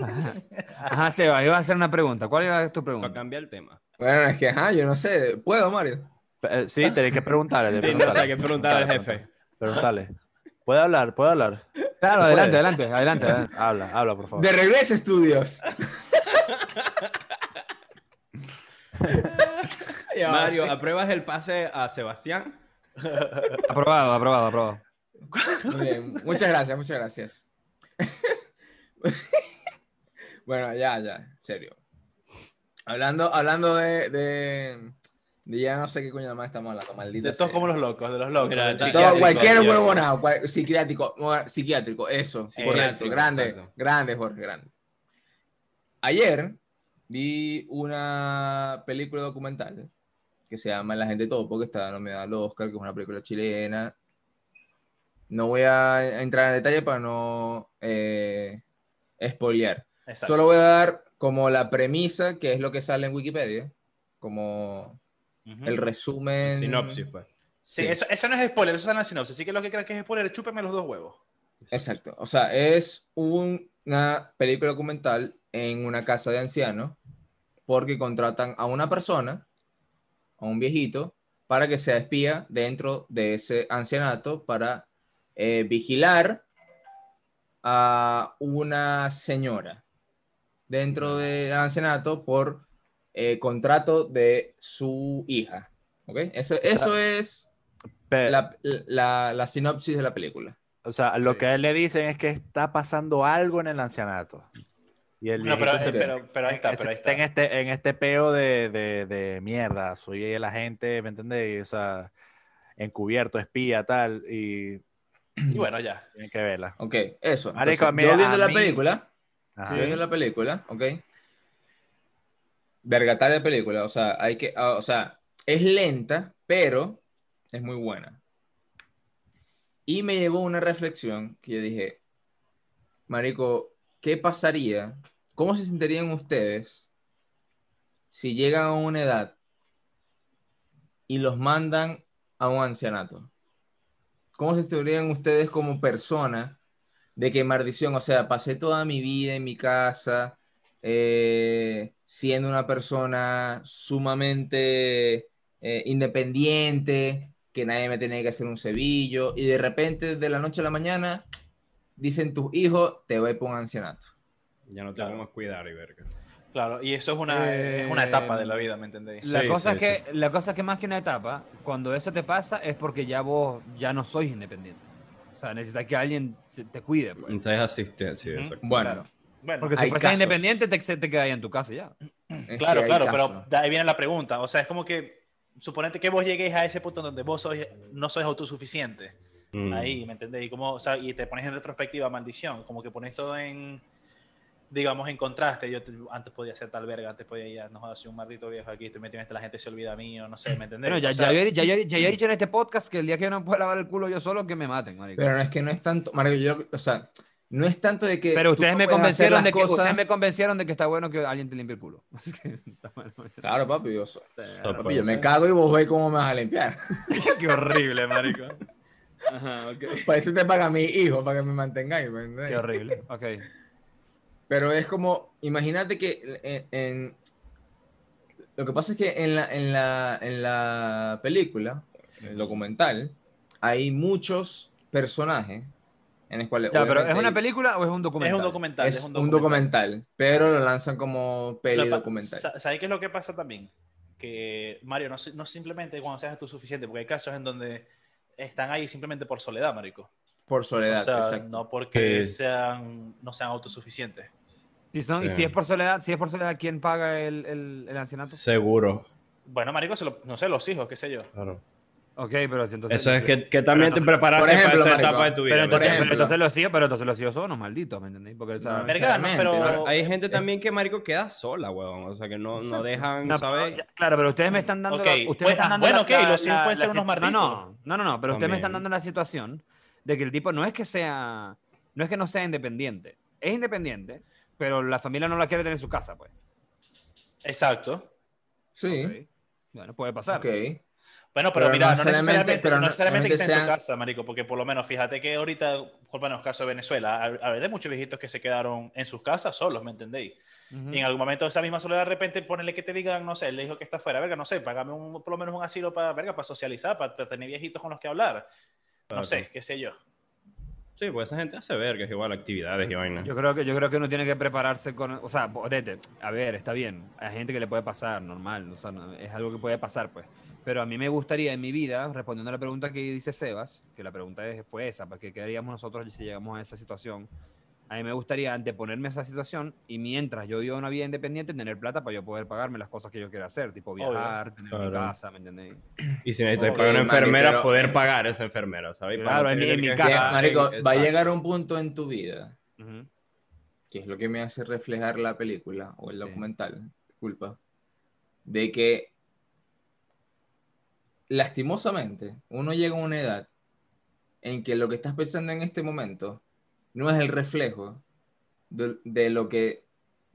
Speaker 3: Ajá. Ajá, Seba, iba a hacer una pregunta. ¿Cuál era tu
Speaker 8: Para
Speaker 3: pregunta?
Speaker 8: cambiar el tema.
Speaker 1: Bueno, es que, ajá, yo no sé. ¿Puedo, Mario?
Speaker 4: Eh, sí, tenés que preguntarle. tenés
Speaker 8: Sí, no, hay que preguntarle al jefe.
Speaker 4: Preguntarle. ¿Puede hablar? ¿Puede hablar?
Speaker 3: Claro,
Speaker 4: ¿Se
Speaker 3: adelante,
Speaker 4: puede?
Speaker 3: adelante, adelante, adelante.
Speaker 4: Eh, Habla, habla, por favor.
Speaker 1: De regreso, estudios. Ya,
Speaker 8: Mario, ¿apruebas el pase a Sebastián?
Speaker 3: Aprobado, aprobado, aprobado.
Speaker 1: Muy bien, Muchas gracias, muchas gracias. bueno, ya, ya, en serio. Hablando, hablando de, de, de ya no sé qué coño de más estamos hablando, maldita
Speaker 2: De todos
Speaker 1: sea.
Speaker 2: como los locos, de los locos.
Speaker 8: Mira,
Speaker 2: de-
Speaker 8: sí.
Speaker 1: Todo,
Speaker 8: Psiquiátrico,
Speaker 1: cualquier
Speaker 8: psiquiátrico.
Speaker 1: huevonao, cual- psiquiátrico, mo- psiquiátrico, eso,
Speaker 8: Psiquiátrico,
Speaker 1: correcto, grande,
Speaker 8: exacto.
Speaker 1: grande, Jorge, grande. Ayer vi una película documental que se llama La gente topo, que está nominada al Oscar, que es una película chilena. No voy a entrar en detalle para no eh, spoilear.
Speaker 2: Exacto.
Speaker 1: Solo voy a dar como la premisa, que es lo que sale en Wikipedia, como
Speaker 2: Ujú.
Speaker 1: el resumen.
Speaker 8: Sinopsis, pues.
Speaker 2: Sí, Eso, eso no es spoiler, eso es en la sinopsis. Así que lo que crean que es spoiler, chúpeme los dos huevos.
Speaker 1: Exacto. O sea, es un- una película documental en una casa de ancianos porque contratan a una persona, a un viejito, para que sea espía dentro de ese ancianato para eh, vigilar a una señora dentro del ancianato por eh, contrato de su hija. ¿Ok? Eso, eso es
Speaker 4: Pe-
Speaker 1: la- la- la sinopsis de la película.
Speaker 4: O sea, lo que a él le dicen es que está pasando algo en el ancianato. Y el
Speaker 2: No, pero,
Speaker 4: viejito
Speaker 2: eh,
Speaker 4: se-
Speaker 2: pero, pero ahí está, pero ahí
Speaker 4: está en
Speaker 2: está.
Speaker 4: este, en este peo de, de, de mierda. Soy el agente, ¿me entendéis? O sea, encubierto, espía, tal. Y
Speaker 2: Y bueno, ya.
Speaker 4: tienen que verla.
Speaker 1: Ok, eso.
Speaker 4: Marico,
Speaker 1: Entonces,
Speaker 4: a mí-
Speaker 1: yo viendo
Speaker 4: a
Speaker 1: la
Speaker 4: mí-
Speaker 1: película,
Speaker 4: Ajá.
Speaker 1: yo viendo la película, ok. Vergatar de película, o sea, hay que, ah, o sea, es lenta, pero es muy buena. Y me llegó una reflexión que yo dije, Marico, ¿qué pasaría? ¿Cómo se sentirían ustedes si llegan a una edad y los mandan a un ancianato? ¿Cómo se sentirían ustedes como personas de que maldición, o sea, pasé toda mi vida en mi casa eh, siendo una persona sumamente eh, independiente, que nadie me tenía que hacer un cebillo, y de repente, de la noche a la mañana, dicen tus hijos, te va a ir por un ancianato.
Speaker 8: Ya no te
Speaker 2: Claro.
Speaker 8: podemos cuidar y verga.
Speaker 2: Claro, y eso es una,
Speaker 3: Eh,
Speaker 2: es una etapa de la vida, ¿me entendéis?
Speaker 3: La,
Speaker 8: Sí,
Speaker 3: cosa
Speaker 8: sí,
Speaker 3: es que, la cosa es que más que una etapa, cuando eso te pasa es porque ya vos ya no sois independiente. O sea, necesitas que alguien se- te cuide. pues.
Speaker 8: Entonces asistencia,
Speaker 2: Ujú.
Speaker 8: exacto.
Speaker 1: Bueno,
Speaker 3: Claro.
Speaker 2: Bueno,
Speaker 3: Porque si
Speaker 1: Hay
Speaker 3: fueras
Speaker 1: casos.
Speaker 3: independiente te, se- te quedas en tu casa ya.
Speaker 1: es que
Speaker 2: Claro,
Speaker 1: hay
Speaker 2: claro,
Speaker 1: casos.
Speaker 2: pero de ahí viene la pregunta. O sea, es como que suponete que vos lleguéis a ese punto donde vos sois, no sois autosuficiente.
Speaker 8: Mm.
Speaker 2: Ahí, ¿me entendés? Y, como, o sea, y te pones en retrospectiva, maldición. Como que pones todo en, digamos, en contraste. Yo te- antes podía hacer tal verga, antes podía ir a no jodas, soy un maldito viejo aquí, estoy metido en esta, la gente se olvida mío, no sé, ¿me entendés?
Speaker 3: Bueno, ya,
Speaker 2: O sea,
Speaker 3: ya, yo he- ya, yo- ya yo he dicho en este podcast que el día que yo no pueda lavar el culo yo solo, que me maten, marico.
Speaker 1: Pero no es que no es tanto, Mario, yo, o sea, no es tanto de que.
Speaker 3: Pero
Speaker 1: tú
Speaker 3: ustedes
Speaker 1: no
Speaker 3: me
Speaker 1: puedes hacer
Speaker 3: convencieron
Speaker 1: las
Speaker 3: de que
Speaker 1: cosas-
Speaker 3: ustedes me convencieron de que está bueno que alguien te limpie el culo. Está bueno.
Speaker 1: Claro, papi, yo, soy-
Speaker 8: No
Speaker 1: papi,
Speaker 8: puede
Speaker 1: yo me
Speaker 8: ser.
Speaker 1: cago y vos veis cómo me vas a limpiar.
Speaker 3: Qué horrible, marico.
Speaker 1: Para eso te paga mi hijo, para que me mantengáis. ¿me entiendes?
Speaker 3: Qué horrible. Ok.
Speaker 1: Pero es como, imagínate que en, en- lo que pasa es que en la, en la, en la película, en el documental, hay muchos personajes en los cuales
Speaker 3: Ya, pero ¿es
Speaker 1: obviamente,
Speaker 3: una película o es un
Speaker 2: es
Speaker 3: documental?
Speaker 2: un documental.
Speaker 1: es un documental, pero lo lanzan como peli documental.
Speaker 2: ¿Sabéis qué es lo que pasa también? Que, Mario, no, si- no simplemente cuando seas tú suficiente, porque hay casos en donde están ahí simplemente por soledad, marico.
Speaker 1: Por soledad,
Speaker 2: O sea,
Speaker 1: exacto.
Speaker 2: no porque
Speaker 8: Sí.
Speaker 2: sean, no sean autosuficientes.
Speaker 3: Si son- y
Speaker 8: Sí.
Speaker 3: si es por soledad, si es por soledad, ¿quién paga el, el, el ancianato?
Speaker 8: Seguro.
Speaker 2: Bueno, marico, se lo- no sé, los hijos, qué sé yo.
Speaker 8: Claro.
Speaker 3: Ok, pero si entonces.
Speaker 8: Eso es que, que también
Speaker 2: Pero
Speaker 8: te preparaste
Speaker 1: por ejemplo,
Speaker 8: para esa
Speaker 1: marico,
Speaker 8: etapa de tu vida.
Speaker 3: Pero
Speaker 8: ¿me
Speaker 3: entonces,
Speaker 1: por
Speaker 8: entiendes?
Speaker 3: pero
Speaker 1: ejemplo.
Speaker 3: entonces los hijos, pero entonces los hijos son unos malditos, ¿me entendéis? Porque, o sea,
Speaker 1: No,
Speaker 2: Verga, no,
Speaker 1: Exactamente,
Speaker 2: pero.
Speaker 1: pero
Speaker 8: Hay gente también que, marico, queda sola, weón. O sea, que no, no dejan,
Speaker 3: No,
Speaker 8: ¿sabes?
Speaker 3: ya- claro, pero ustedes me están dando.
Speaker 2: Ok,
Speaker 3: la- ustedes me
Speaker 2: bueno,
Speaker 3: están
Speaker 2: ah,
Speaker 3: dando
Speaker 2: bueno,
Speaker 3: la-
Speaker 2: ok,
Speaker 3: la-
Speaker 2: los hijos
Speaker 3: la-
Speaker 2: pueden
Speaker 3: la
Speaker 2: ser unos
Speaker 3: situ- No, no, no, no, pero ustedes me
Speaker 8: También.
Speaker 3: están dando la situación de que el tipo no es que sea. No es que no sea independiente. Es independiente, pero la familia no la quiere tener en su casa, pues.
Speaker 2: Exacto.
Speaker 1: Sí,
Speaker 3: Ok. Bueno, puede pasar.
Speaker 1: ok.
Speaker 2: Bueno, pero,
Speaker 1: Pero
Speaker 2: mira,
Speaker 1: no
Speaker 2: no
Speaker 1: necesariamente-
Speaker 2: necesariamente,
Speaker 1: pero
Speaker 2: no
Speaker 1: no-
Speaker 2: necesariamente que esté en su
Speaker 1: sean-
Speaker 2: casa, marico, porque por lo menos fíjate que ahorita, por lo menos caso de Venezuela, a- a ver, de muchos viejitos que se quedaron en sus casas solos, ¿me entendéis?
Speaker 3: Ujú.
Speaker 2: Y en algún momento esa misma soledad, de repente, ponele que te digan, no sé, el hijo que está afuera, verga, no sé, págame un, por lo menos un asilo para, verga, para socializar, para, para tener viejitos con los que hablar. No
Speaker 8: Claro.
Speaker 2: sé, qué sé yo.
Speaker 8: Sí, pues esa gente hace vergas, igual, actividades y vainas.
Speaker 3: Yo creo que yo creo que uno tiene que prepararse con, o sea, ponete, a ver, está bien, hay gente que le puede pasar, normal, o sea, no- es algo que puede pasar, pues. Pero a mí me gustaría en mi vida, respondiendo a la pregunta que dice Sebas, que la pregunta es- fue esa, pues, ¿qué qué haríamos nosotros si llegamos a esa situación? A mí me gustaría anteponerme a esa situación y mientras yo viva una vida independiente, tener plata para yo poder pagarme las cosas que yo quiera hacer, tipo
Speaker 2: Obvio.
Speaker 3: viajar, tener mi
Speaker 8: Claro.
Speaker 3: casa, ¿me entendéis?
Speaker 8: Y si necesitas
Speaker 1: Ok,
Speaker 8: pagar una
Speaker 1: mami,
Speaker 8: enfermera,
Speaker 1: pero-
Speaker 8: poder pagar a esa enfermera, ¿sabes?
Speaker 3: Claro, en mi- en mi casa.
Speaker 1: Llega- Marico, va a llegar un punto en tu vida
Speaker 3: Ujú.
Speaker 1: que es lo que me hace reflejar la película o el
Speaker 3: Sí.
Speaker 1: documental, disculpa, de que lastimosamente uno llega a una edad en que lo que estás pensando en este momento no es el reflejo de, de lo que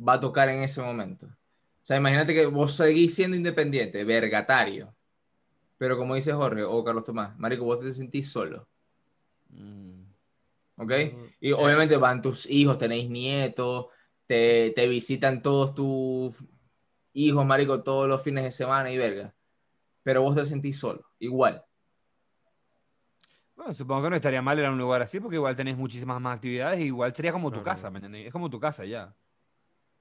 Speaker 1: va a tocar en ese momento. O sea, imagínate que vos seguís siendo independiente, vergatario, pero como dice Jorge o Carlos Tomás, Marico, vos te sentís solo.
Speaker 3: Mm.
Speaker 1: ¿ok?
Speaker 4: Mm.
Speaker 1: Y obviamente van tus hijos, tenéis nietos, te, te visitan todos tus hijos, marico, todos los fines de semana y verga. Pero vos te sentís solo, igual.
Speaker 3: Bueno, supongo que no estaría mal ir a un lugar así, porque igual tenés muchísimas más actividades, y igual sería como tu
Speaker 8: Claro.
Speaker 3: casa, ¿me entendés? Es como tu casa ya.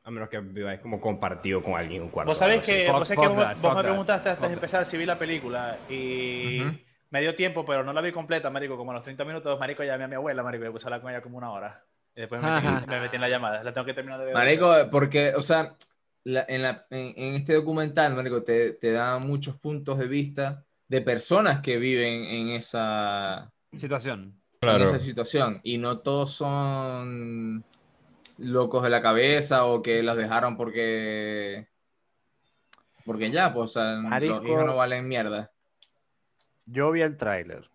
Speaker 8: A menos que viváis como compartido con alguien un cuarto.
Speaker 2: Vos sabés
Speaker 8: algo así.
Speaker 2: que,
Speaker 3: Fuck-
Speaker 2: vos, sabés que
Speaker 3: fuck
Speaker 2: vos-
Speaker 3: that,
Speaker 2: vos
Speaker 3: fuck
Speaker 2: me
Speaker 3: that,
Speaker 2: preguntaste antes
Speaker 3: fuck
Speaker 2: de
Speaker 3: that.
Speaker 2: empezar si vi la película y
Speaker 1: Ujú.
Speaker 2: me dio tiempo, pero no la vi completa, marico. Como a los 30 minutos, marico, llamé a mi abuela, marico, y me puse a hablar con ella como una hora. Y después me metí, me metí en la llamada. La tengo que terminar de ver.
Speaker 1: Marico, porque, o sea, la- en, la- en- en este documental, marico, te, te da muchos puntos de vista de personas que viven en esa,
Speaker 3: Situación.
Speaker 1: en
Speaker 8: Claro.
Speaker 1: esa situación. Y no todos son locos de la cabeza o que los dejaron porque. Porque ya, pues, o sea,
Speaker 4: Marico.
Speaker 1: los hijos no valen mierda.
Speaker 4: Yo vi el tráiler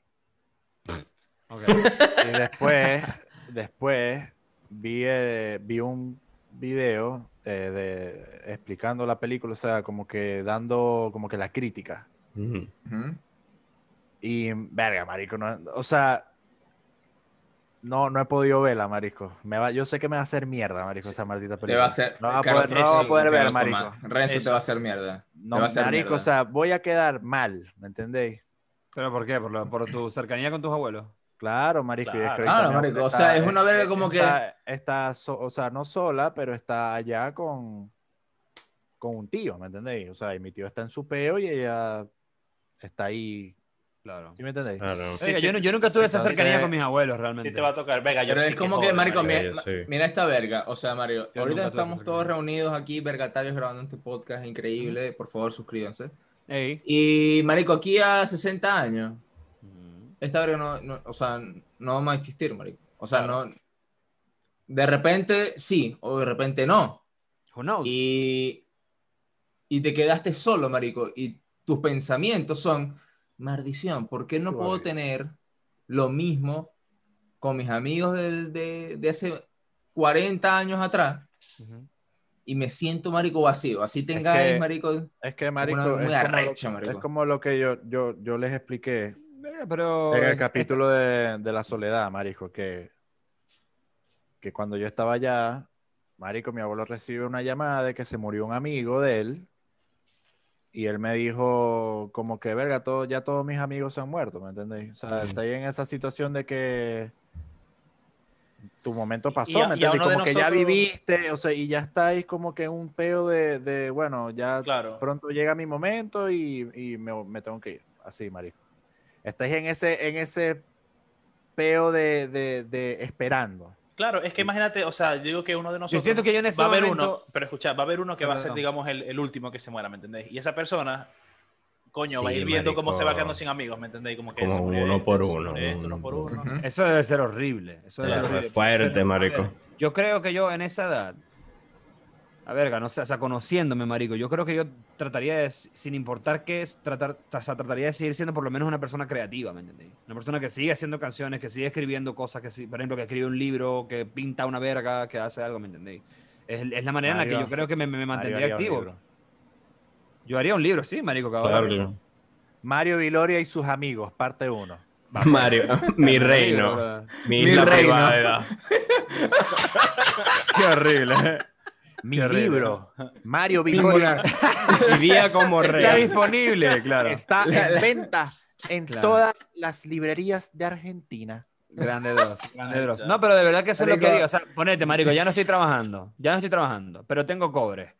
Speaker 3: Ok.
Speaker 4: y después, después vi, eh, vi un video eh, de, explicando la película, o sea, como que dando como que la crítica.
Speaker 8: Ujú.
Speaker 1: Ujú.
Speaker 4: Y verga, marico, no- o sea, no, no he podido verla, marico. Me va, yo sé que me va a hacer mierda, marico, esa maldita película.
Speaker 1: Te va a hacer.
Speaker 4: no va a
Speaker 1: Carlos,
Speaker 4: poder, no va a
Speaker 1: sí,
Speaker 4: poder ver,
Speaker 1: Carlos
Speaker 4: marico.
Speaker 1: Tomás. Renzo
Speaker 2: Eso.
Speaker 1: te va a hacer mierda.
Speaker 4: No,
Speaker 1: te va a hacer
Speaker 4: marico,
Speaker 1: mierda.
Speaker 4: o sea, voy a quedar mal, ¿me entendéis?
Speaker 3: ¿Pero por qué? ¿Por, lo- por tu cercanía con tus abuelos?
Speaker 4: Claro, marico. y
Speaker 2: Claro.
Speaker 4: Scrape
Speaker 1: Claro,
Speaker 4: también
Speaker 1: marico, o sea, es una verga como que-
Speaker 4: eh, Está, está so- o sea, no sola, pero está allá con, con un tío, ¿me entendéis? O sea, y mi tío está en su peo y ella está ahí.
Speaker 3: Claro.
Speaker 4: ¿Sí me entendéis?
Speaker 8: Claro.
Speaker 2: Sí, sí,
Speaker 3: yo, no- yo nunca tuve esa
Speaker 4: entonces-
Speaker 3: cercanía con mis abuelos realmente.
Speaker 2: Sí te va a tocar. Venga, yo
Speaker 1: Pero
Speaker 2: sí
Speaker 1: es como que,
Speaker 2: jodo,
Speaker 1: marico,
Speaker 8: marico,
Speaker 1: mira,
Speaker 8: yo sí.
Speaker 1: mira esta verga. O sea, Mario,
Speaker 3: Yo
Speaker 1: ahorita
Speaker 3: nunca tuve
Speaker 1: estamos
Speaker 3: esa
Speaker 1: todos
Speaker 3: cercanía.
Speaker 1: reunidos aquí, vergatarios, grabando este podcast increíble. Por favor, suscríbanse.
Speaker 3: Ey.
Speaker 1: Y, marico, aquí a 60 años, esta verga no, no- o sea, no vamos a existir, marico. O sea, no... De repente sí, o de repente no.
Speaker 3: Who knows?
Speaker 1: Y, y te quedaste solo, marico. Y tus pensamientos son, maldición, ¿por qué no
Speaker 4: Qué
Speaker 1: puedo
Speaker 4: barbaridad.
Speaker 1: tener lo mismo con mis amigos del- de, de hace 40 años atrás?
Speaker 4: Ujú.
Speaker 1: Y me siento, marico, vacío. Así tengáis,
Speaker 4: que-
Speaker 1: marico.
Speaker 4: Es que, marico,
Speaker 1: una-
Speaker 4: es,
Speaker 1: una
Speaker 4: como
Speaker 1: arrecha,
Speaker 4: lo,
Speaker 1: marico.
Speaker 4: es como lo que yo, yo, yo les expliqué
Speaker 3: Verga, pero...
Speaker 4: en el capítulo de, de la soledad, marico, que, que cuando yo estaba allá, marico, mi abuelo recibe una llamada de que se murió un amigo de él y él me dijo como que, verga, todo, ya todos mis amigos se han muerto, ¿me entendéis? O sea, está ahí en esa situación de que tu momento pasó,
Speaker 2: y a
Speaker 4: ¿me entendéis?
Speaker 2: uno de
Speaker 4: Como que ya
Speaker 2: nosotros-
Speaker 4: viviste, o sea, y ya estáis como que en un peo de, de, bueno, ya
Speaker 2: Claro.
Speaker 4: pronto llega mi momento y, y me, me tengo que ir. Así, marico. Estáis en ese, en ese peo de, de- de esperando.
Speaker 2: Claro, es que imagínate, o sea, yo digo que uno de nosotros.
Speaker 3: siento que yo en ese
Speaker 2: Va a haber
Speaker 3: momento-
Speaker 2: uno, pero escucha, va a haber uno que va a ser,
Speaker 3: Perdón.
Speaker 2: digamos, el, el último que se muera, ¿me entendéis? Y esa persona, coño,
Speaker 8: Sí,
Speaker 2: va a ir viendo cómo
Speaker 8: marico.
Speaker 2: se va quedando sin amigos, ¿me entendéis? Como que
Speaker 8: Como
Speaker 2: se murió
Speaker 8: uno
Speaker 2: este,
Speaker 8: por
Speaker 2: se
Speaker 8: uno,
Speaker 2: murió este, uno por uno.
Speaker 1: Ujú.
Speaker 3: Eso debe ser horrible. Eso debe
Speaker 8: Eso
Speaker 3: ser
Speaker 8: es
Speaker 3: horrible.
Speaker 8: fuerte,
Speaker 3: Pero, a
Speaker 8: marico.
Speaker 3: ver, Yo creo que yo en esa edad, a verga, no sé, o sea, conociéndome, marico, yo creo que yo trataría de, sin importar qué es, tratar, o sea, trataría de seguir siendo por lo menos una persona creativa, ¿me entendéis? Una persona que sigue haciendo canciones, que sigue escribiendo cosas, que sí, por ejemplo, que escribe un libro, que pinta una verga, que hace algo, ¿me entendéis? Es, es la manera en la que
Speaker 4: Mario,
Speaker 3: yo creo que me, me mantendría
Speaker 4: Mario haría un
Speaker 3: activo.
Speaker 4: libro.
Speaker 3: Yo haría un libro, sí, marico, cabrón.
Speaker 8: Claro.
Speaker 4: Mario Viloria y sus amigos, parte 1.
Speaker 8: Mario, mi
Speaker 3: Un libro,
Speaker 8: reino.
Speaker 3: brother.
Speaker 8: Mi,
Speaker 1: Mi
Speaker 8: isla
Speaker 1: reino.
Speaker 8: privada.
Speaker 3: Qué horrible.
Speaker 4: Mi
Speaker 3: Qué horrible.
Speaker 4: libro, Mario Viloria,
Speaker 1: Ninguna-
Speaker 8: Vivía como
Speaker 3: Está
Speaker 8: rey.
Speaker 3: disponible, claro.
Speaker 4: está
Speaker 1: La- la-
Speaker 4: en venta en
Speaker 3: Claro.
Speaker 4: todas las librerías de Argentina.
Speaker 3: Grande dos, grande
Speaker 2: Ahí
Speaker 3: dos.
Speaker 2: está.
Speaker 3: No, pero de verdad que eso es lo
Speaker 1: Marico.
Speaker 3: que digo. O sea, ponete, marico, ya no estoy trabajando. Ya no estoy trabajando, pero tengo cobre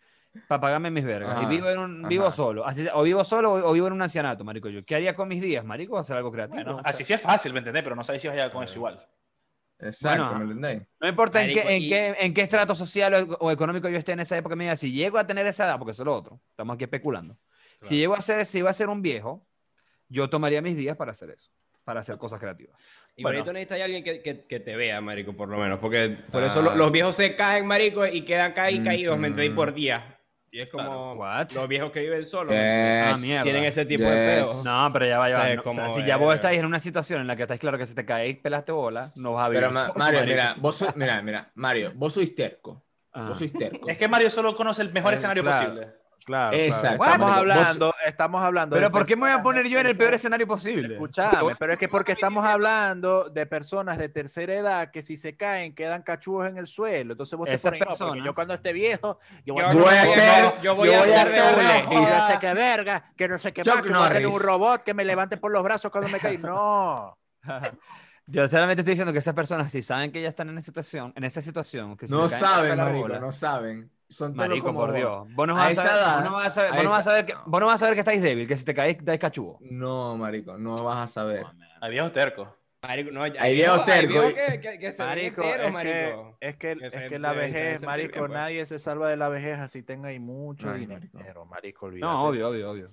Speaker 3: para pagarme mis vergas. y
Speaker 1: Ajá,
Speaker 3: vivo, en un, vivo
Speaker 1: ajá.
Speaker 3: solo. Así sea, o vivo solo o, o vivo en un ancianato, marico. Yo, ¿Qué haría con mis días, marico? Hacer algo creativo.
Speaker 2: Bueno,
Speaker 3: o sea,
Speaker 2: así sí es fácil, ¿me entendéis? Pero no sabéis si vas a llegar con eso igual.
Speaker 1: Exacto,
Speaker 3: Bueno,
Speaker 1: ¿me entendéis?
Speaker 3: No importa en,
Speaker 9: Marico,
Speaker 3: qué, en,
Speaker 9: y-
Speaker 3: qué, en qué estrato social o, o económico yo esté en esa época, me diga, si llego a tener esa edad, porque eso es lo otro, estamos aquí especulando.
Speaker 2: Claro.
Speaker 3: Si llego a ser, si iba a ser un viejo, yo tomaría mis días para hacer eso, para hacer cosas creativas.
Speaker 8: Y
Speaker 2: Bueno.
Speaker 8: ahorita necesitas a alguien que, que- que te vea, marico, por lo menos. Porque por eso
Speaker 1: Ah.
Speaker 8: lo- los viejos se caen, marico, y quedan
Speaker 1: Mm,
Speaker 8: caí, caídos, ¿me entendéis? Por día. Y es como
Speaker 3: What?
Speaker 8: los viejos que viven solos.
Speaker 1: Yes,
Speaker 3: Ah, mierda.
Speaker 8: Tienen ese tipo de
Speaker 1: yes.
Speaker 8: peos.
Speaker 3: No, pero ya va, ya va,
Speaker 8: O sea,
Speaker 3: no, o sea,
Speaker 8: como,
Speaker 3: si ya vos
Speaker 8: eh,
Speaker 3: estáis en una situación en la que estáis claro que si te caes, pelaste bola, no vas a vivir.
Speaker 1: Pero, ma-
Speaker 3: solo,
Speaker 1: Mario, Ah.
Speaker 3: marico.
Speaker 1: mira, vos, so- mira, mira, Mario, vos sois terco.
Speaker 3: Ajá.
Speaker 1: Vos sois terco.
Speaker 2: Es que Mario solo conoce el mejor
Speaker 4: Eh,
Speaker 2: escenario
Speaker 4: claro.
Speaker 2: posible.
Speaker 4: Claro.
Speaker 1: Exacto.
Speaker 4: claro. Estamos
Speaker 1: Vos-
Speaker 4: hablando, estamos hablando.
Speaker 3: Pero
Speaker 4: de
Speaker 3: ¿por qué me voy a poner yo en el peor
Speaker 4: personas-
Speaker 3: escenario posible?
Speaker 4: Escuchame, pero es que porque estamos hablando de personas de tercera edad que si se caen quedan cachujos en el suelo. Entonces vos te
Speaker 3: Esas
Speaker 4: pones, "No, porque
Speaker 3: personas-
Speaker 4: yo cuando esté viejo, yo voy,
Speaker 1: Voy a
Speaker 4: ser,
Speaker 1: ser-
Speaker 8: yo voy a
Speaker 1: ser
Speaker 8: hacer
Speaker 1: de
Speaker 8: doble.
Speaker 1: Ulises.
Speaker 4: que no sé qué verga, que no sé qué
Speaker 1: Chuck
Speaker 4: más, que voy a tener un
Speaker 1: Norris.
Speaker 4: robot que me levante por los brazos cuando me caí. No.
Speaker 3: Yo solamente estoy diciendo que esas personas, si saben que ya están en esa situación, en esa situación, que si
Speaker 1: No
Speaker 3: se caen, se
Speaker 1: saben,
Speaker 3: pelan
Speaker 1: marico,
Speaker 3: bola.
Speaker 1: no saben. Son todos
Speaker 3: Marico,
Speaker 1: como
Speaker 3: por
Speaker 1: vos.
Speaker 3: Dios. Vos no
Speaker 1: A
Speaker 3: vas a
Speaker 1: esa
Speaker 3: saber,
Speaker 1: edad,
Speaker 3: vos no vas a saber,
Speaker 1: a
Speaker 3: vos no vas a
Speaker 1: esa-
Speaker 3: saber que, vos no vas a saber que estáis débil, que si te caes, estáis cachugo.
Speaker 1: No, marico, no vas a saber.
Speaker 2: Hay viejos tercos.
Speaker 8: Marico, no, hay,
Speaker 1: viejos tercos.
Speaker 8: que, que, que se ven
Speaker 4: Marico,
Speaker 8: enteros,
Speaker 4: es que,
Speaker 8: marico.
Speaker 4: es que,
Speaker 8: Que
Speaker 4: es
Speaker 8: se-
Speaker 4: que la
Speaker 8: que se
Speaker 4: vejez,
Speaker 8: sentir
Speaker 4: marico,
Speaker 8: bien, pues.
Speaker 4: nadie se salva de la vejez así tenga ahí mucho
Speaker 1: Ay,
Speaker 4: dinero,
Speaker 1: marico.
Speaker 4: marico, olvídate.
Speaker 3: No, obvio, obvio, obvio.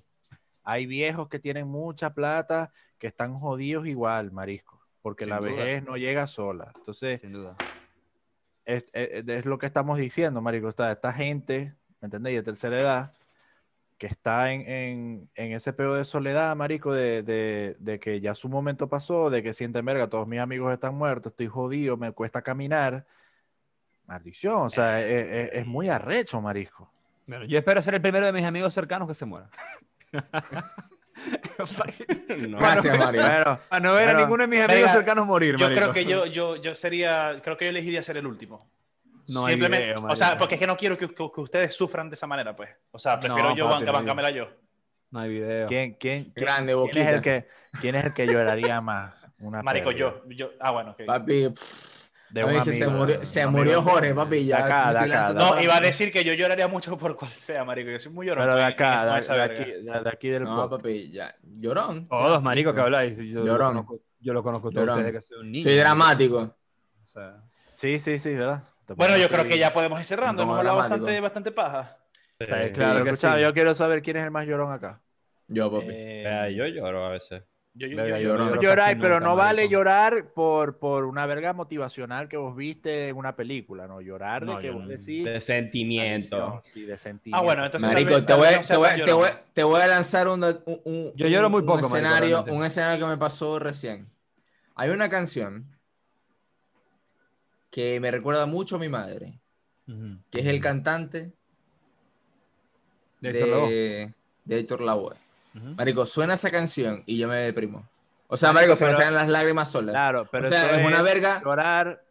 Speaker 4: Hay viejos que tienen mucha plata que están jodidos igual, marisco, porque
Speaker 3: Sin
Speaker 4: la
Speaker 3: duda.
Speaker 4: vejez no llega sola. Entonces,
Speaker 3: Sin duda.
Speaker 4: es, es- es lo que estamos diciendo, marico. Está esta gente, ¿me entendéis? De tercera edad, que está en, en- en ese pedo de soledad, marico, de, de- de que ya su momento pasó, de que sienten, verga, todos mis amigos están muertos, estoy jodido, me cuesta caminar. Maldición, o sea, es, es- es muy arrecho, marisco.
Speaker 3: Bueno, yo espero ser el primero de mis amigos cercanos que se muera. Para que-
Speaker 8: No.
Speaker 1: Gracias, Mario.
Speaker 4: Bueno,
Speaker 3: para no ver a
Speaker 4: Bueno,
Speaker 3: ninguno de mis amigos
Speaker 2: venga,
Speaker 3: cercanos morir,
Speaker 2: Yo
Speaker 3: marico.
Speaker 2: creo que yo, yo, yo sería, creo que yo elegiría ser el último.
Speaker 3: No hay
Speaker 2: Simplemente,
Speaker 3: video,
Speaker 2: o sea,
Speaker 3: marico.
Speaker 2: porque es que no quiero que, que- que ustedes sufran de esa manera, pues. O sea, prefiero
Speaker 3: No,
Speaker 2: yo
Speaker 3: papi,
Speaker 2: banca,
Speaker 3: no hay
Speaker 2: bancámela yo.
Speaker 3: No hay video.
Speaker 4: ¿Quién, quién, quién-
Speaker 1: Grande,
Speaker 4: quién es
Speaker 1: boquita.
Speaker 4: el que, ¿Quién es el que lloraría más? Una
Speaker 2: Marico,
Speaker 4: pérdida.
Speaker 2: yo, yo. Ah, bueno, ok.
Speaker 1: Papi, pff,
Speaker 4: De
Speaker 1: a
Speaker 4: un
Speaker 1: veces se
Speaker 4: amigo,
Speaker 1: murió,
Speaker 4: de
Speaker 1: se
Speaker 4: un
Speaker 1: murió
Speaker 4: amigo.
Speaker 1: Jorge, papi. Ya,
Speaker 4: De acá, de
Speaker 1: tú te
Speaker 4: acá,
Speaker 1: lanzas
Speaker 4: de
Speaker 1: toda
Speaker 2: No,
Speaker 1: la-
Speaker 2: iba a decir que yo lloraría mucho por cual sea, marico. Yo soy muy llorón. pues,
Speaker 4: Pero de
Speaker 2: con-
Speaker 4: acá,
Speaker 2: con
Speaker 4: de,
Speaker 2: esa
Speaker 4: de
Speaker 2: verga.
Speaker 4: aquí, de, de aquí del
Speaker 1: No,
Speaker 4: podcast.
Speaker 1: papi, ya. Llorón.
Speaker 3: Todos, marico, que habláis. Yo, lo
Speaker 1: Llorón.
Speaker 3: conozco- yo lo conozco todo
Speaker 1: Llorón.
Speaker 3: desde que soy un niño.
Speaker 1: Soy dramático.
Speaker 3: O sea,
Speaker 4: Sí, sí, sí, ¿verdad? Te
Speaker 2: Bueno, yo
Speaker 4: pones
Speaker 2: creo
Speaker 4: así.
Speaker 2: que ya podemos ir cerrando.
Speaker 1: Como
Speaker 2: Hemos hablado
Speaker 1: dramático.
Speaker 2: bastante, bastante paja.
Speaker 3: está
Speaker 4: Claro,
Speaker 3: Eh, claro que sí.
Speaker 4: escucha, yo quiero saber quién es el más llorón acá.
Speaker 1: Yo, papi.
Speaker 2: Eh,
Speaker 8: Vea, yo lloro a veces.
Speaker 2: yo, yo-
Speaker 3: Verga,
Speaker 2: yo-
Speaker 3: yo no
Speaker 1: llorón.
Speaker 3: lloro
Speaker 4: No
Speaker 3: casi
Speaker 4: lloráis, pero
Speaker 3: nunca,
Speaker 4: no vale
Speaker 3: marico.
Speaker 4: llorar por, por una verga motivacional que vos viste en una película, ¿no? Llorar
Speaker 3: No,
Speaker 4: de que
Speaker 3: yo
Speaker 4: vos
Speaker 3: no.
Speaker 4: decís.
Speaker 8: De
Speaker 4: "Atención",
Speaker 8: sentimiento.
Speaker 4: Sí, de sentimiento.
Speaker 2: Ah, bueno, entonces. tal
Speaker 1: Marico,
Speaker 2: vez-
Speaker 1: te
Speaker 2: tal
Speaker 1: voy,
Speaker 2: vez no
Speaker 1: a-
Speaker 2: sea
Speaker 1: te, voy,
Speaker 2: tan
Speaker 1: a- te, voy,
Speaker 2: llorón.
Speaker 1: a- te voy a lanzar un, un- un-
Speaker 3: Yo lloro muy
Speaker 1: un
Speaker 3: poco, marico,
Speaker 1: escenario,
Speaker 3: realmente.
Speaker 1: un escenario que me pasó recién. Hay una canción que me recuerda mucho a mi madre,
Speaker 3: Ujú.
Speaker 1: que es el cantante
Speaker 3: De Héctor Lavoe.
Speaker 1: de, de Héctor Lavoe.
Speaker 3: Ujú.
Speaker 1: Marico, suena esa canción y yo me deprimo. O sea, marico, se me
Speaker 4: pero-
Speaker 1: salen las lágrimas solas.
Speaker 4: Claro, pero
Speaker 1: o sea,
Speaker 4: eso
Speaker 1: es una verga.
Speaker 4: Llorar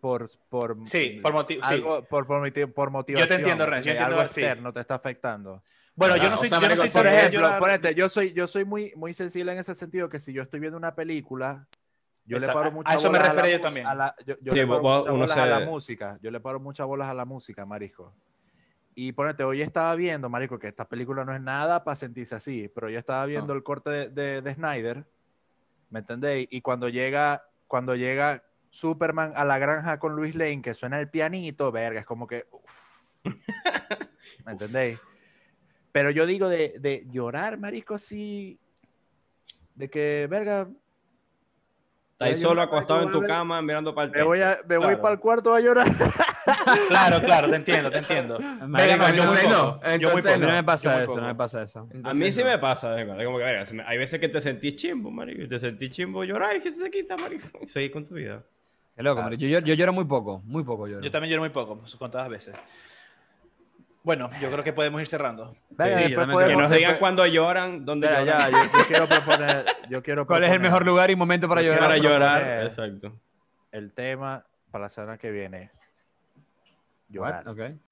Speaker 4: por. por
Speaker 2: Sí, por motivo. sí.
Speaker 4: algo- por, por, moti- por motivación.
Speaker 2: entiendo, Ren, yo
Speaker 4: porque
Speaker 2: entiendo,
Speaker 4: Algo
Speaker 2: sí.
Speaker 4: externo te está afectando.
Speaker 2: Bueno, yo
Speaker 1: Claro,
Speaker 2: no
Speaker 1: o
Speaker 2: soy.
Speaker 1: sea,
Speaker 2: yo no
Speaker 1: marico,
Speaker 2: soy
Speaker 1: por
Speaker 4: Por
Speaker 2: tan-
Speaker 4: ejemplo,
Speaker 2: llorar-
Speaker 4: ponete, yo soy, yo soy muy, muy sensible en ese sentido que si yo estoy viendo una película, yo
Speaker 2: Exacto.
Speaker 4: le
Speaker 2: A
Speaker 4: paro muchas
Speaker 2: eso me
Speaker 4: bolas
Speaker 2: refería
Speaker 4: la
Speaker 2: yo
Speaker 4: mus-
Speaker 2: también.
Speaker 4: a la- yo, yo
Speaker 8: Sí,
Speaker 4: le paro
Speaker 8: vos-
Speaker 4: muchas
Speaker 8: uno
Speaker 4: bolas a
Speaker 8: se-
Speaker 4: la música. Yo le paro muchas bolas a la música, marico. Y ponete, hoy estaba viendo, marico, que esta película no es nada para sentirse así, pero yo estaba viendo
Speaker 8: Ah.
Speaker 4: el corte de, de- de Snyder, ¿me entendéis? Y cuando llega, cuando llega Superman a la granja con Luis Lane, que suena el pianito, verga, es como que, uf. ¿me entendéis? Pero yo digo de, de llorar, marico, sí, de que, verga,
Speaker 8: Estás ahí
Speaker 4: Yo lloro,
Speaker 8: solo acostado
Speaker 4: yo
Speaker 8: en tu
Speaker 4: lloro.
Speaker 8: cama mirando para el
Speaker 4: me
Speaker 8: techo.
Speaker 4: voy, a, me voy
Speaker 2: claro.
Speaker 4: para el cuarto a llorar.
Speaker 2: Claro, claro, te entiendo, te entiendo.
Speaker 3: Marico,
Speaker 2: Venga, no, yo
Speaker 3: a mí
Speaker 2: muy
Speaker 1: entonces
Speaker 2: poco,
Speaker 1: no,
Speaker 2: yo muy
Speaker 1: entonces
Speaker 3: no
Speaker 2: poco.
Speaker 3: me
Speaker 2: Yo
Speaker 3: pasa
Speaker 2: muy
Speaker 3: eso, no
Speaker 2: poco.
Speaker 3: me pasa eso.
Speaker 8: A mí sí
Speaker 1: no.
Speaker 8: me pasa, de vez en cuando, como que, verga, se me- hay veces que te sentís chimbo, marico, y te sentís chimbo, llorás, que se te quita, marico, y seguís con tu vida.
Speaker 3: Qué loco, marico. Yo, lloro- yo lloro muy poco, muy poco lloro.
Speaker 2: Yo también lloro muy poco, pues, contadas veces. Bueno, yo creo que podemos ir cerrando.
Speaker 4: Verga,
Speaker 3: Sí, yo
Speaker 4: después
Speaker 3: también
Speaker 8: Que
Speaker 3: Podemos
Speaker 8: nos digan
Speaker 4: después-
Speaker 8: cuándo lloran, dónde
Speaker 4: pues, Espera,
Speaker 8: lloran,
Speaker 4: ya, yo, yo quiero proponer, yo quiero
Speaker 3: ¿Cuál es el
Speaker 4: proponer
Speaker 3: mejor lugar y momento para
Speaker 4: Yo quiero
Speaker 3: llorar?
Speaker 8: para
Speaker 4: proponer-
Speaker 8: llorar,
Speaker 4: eh.
Speaker 8: exacto.
Speaker 4: el tema para la semana que viene. Llorar.
Speaker 3: What? Ok.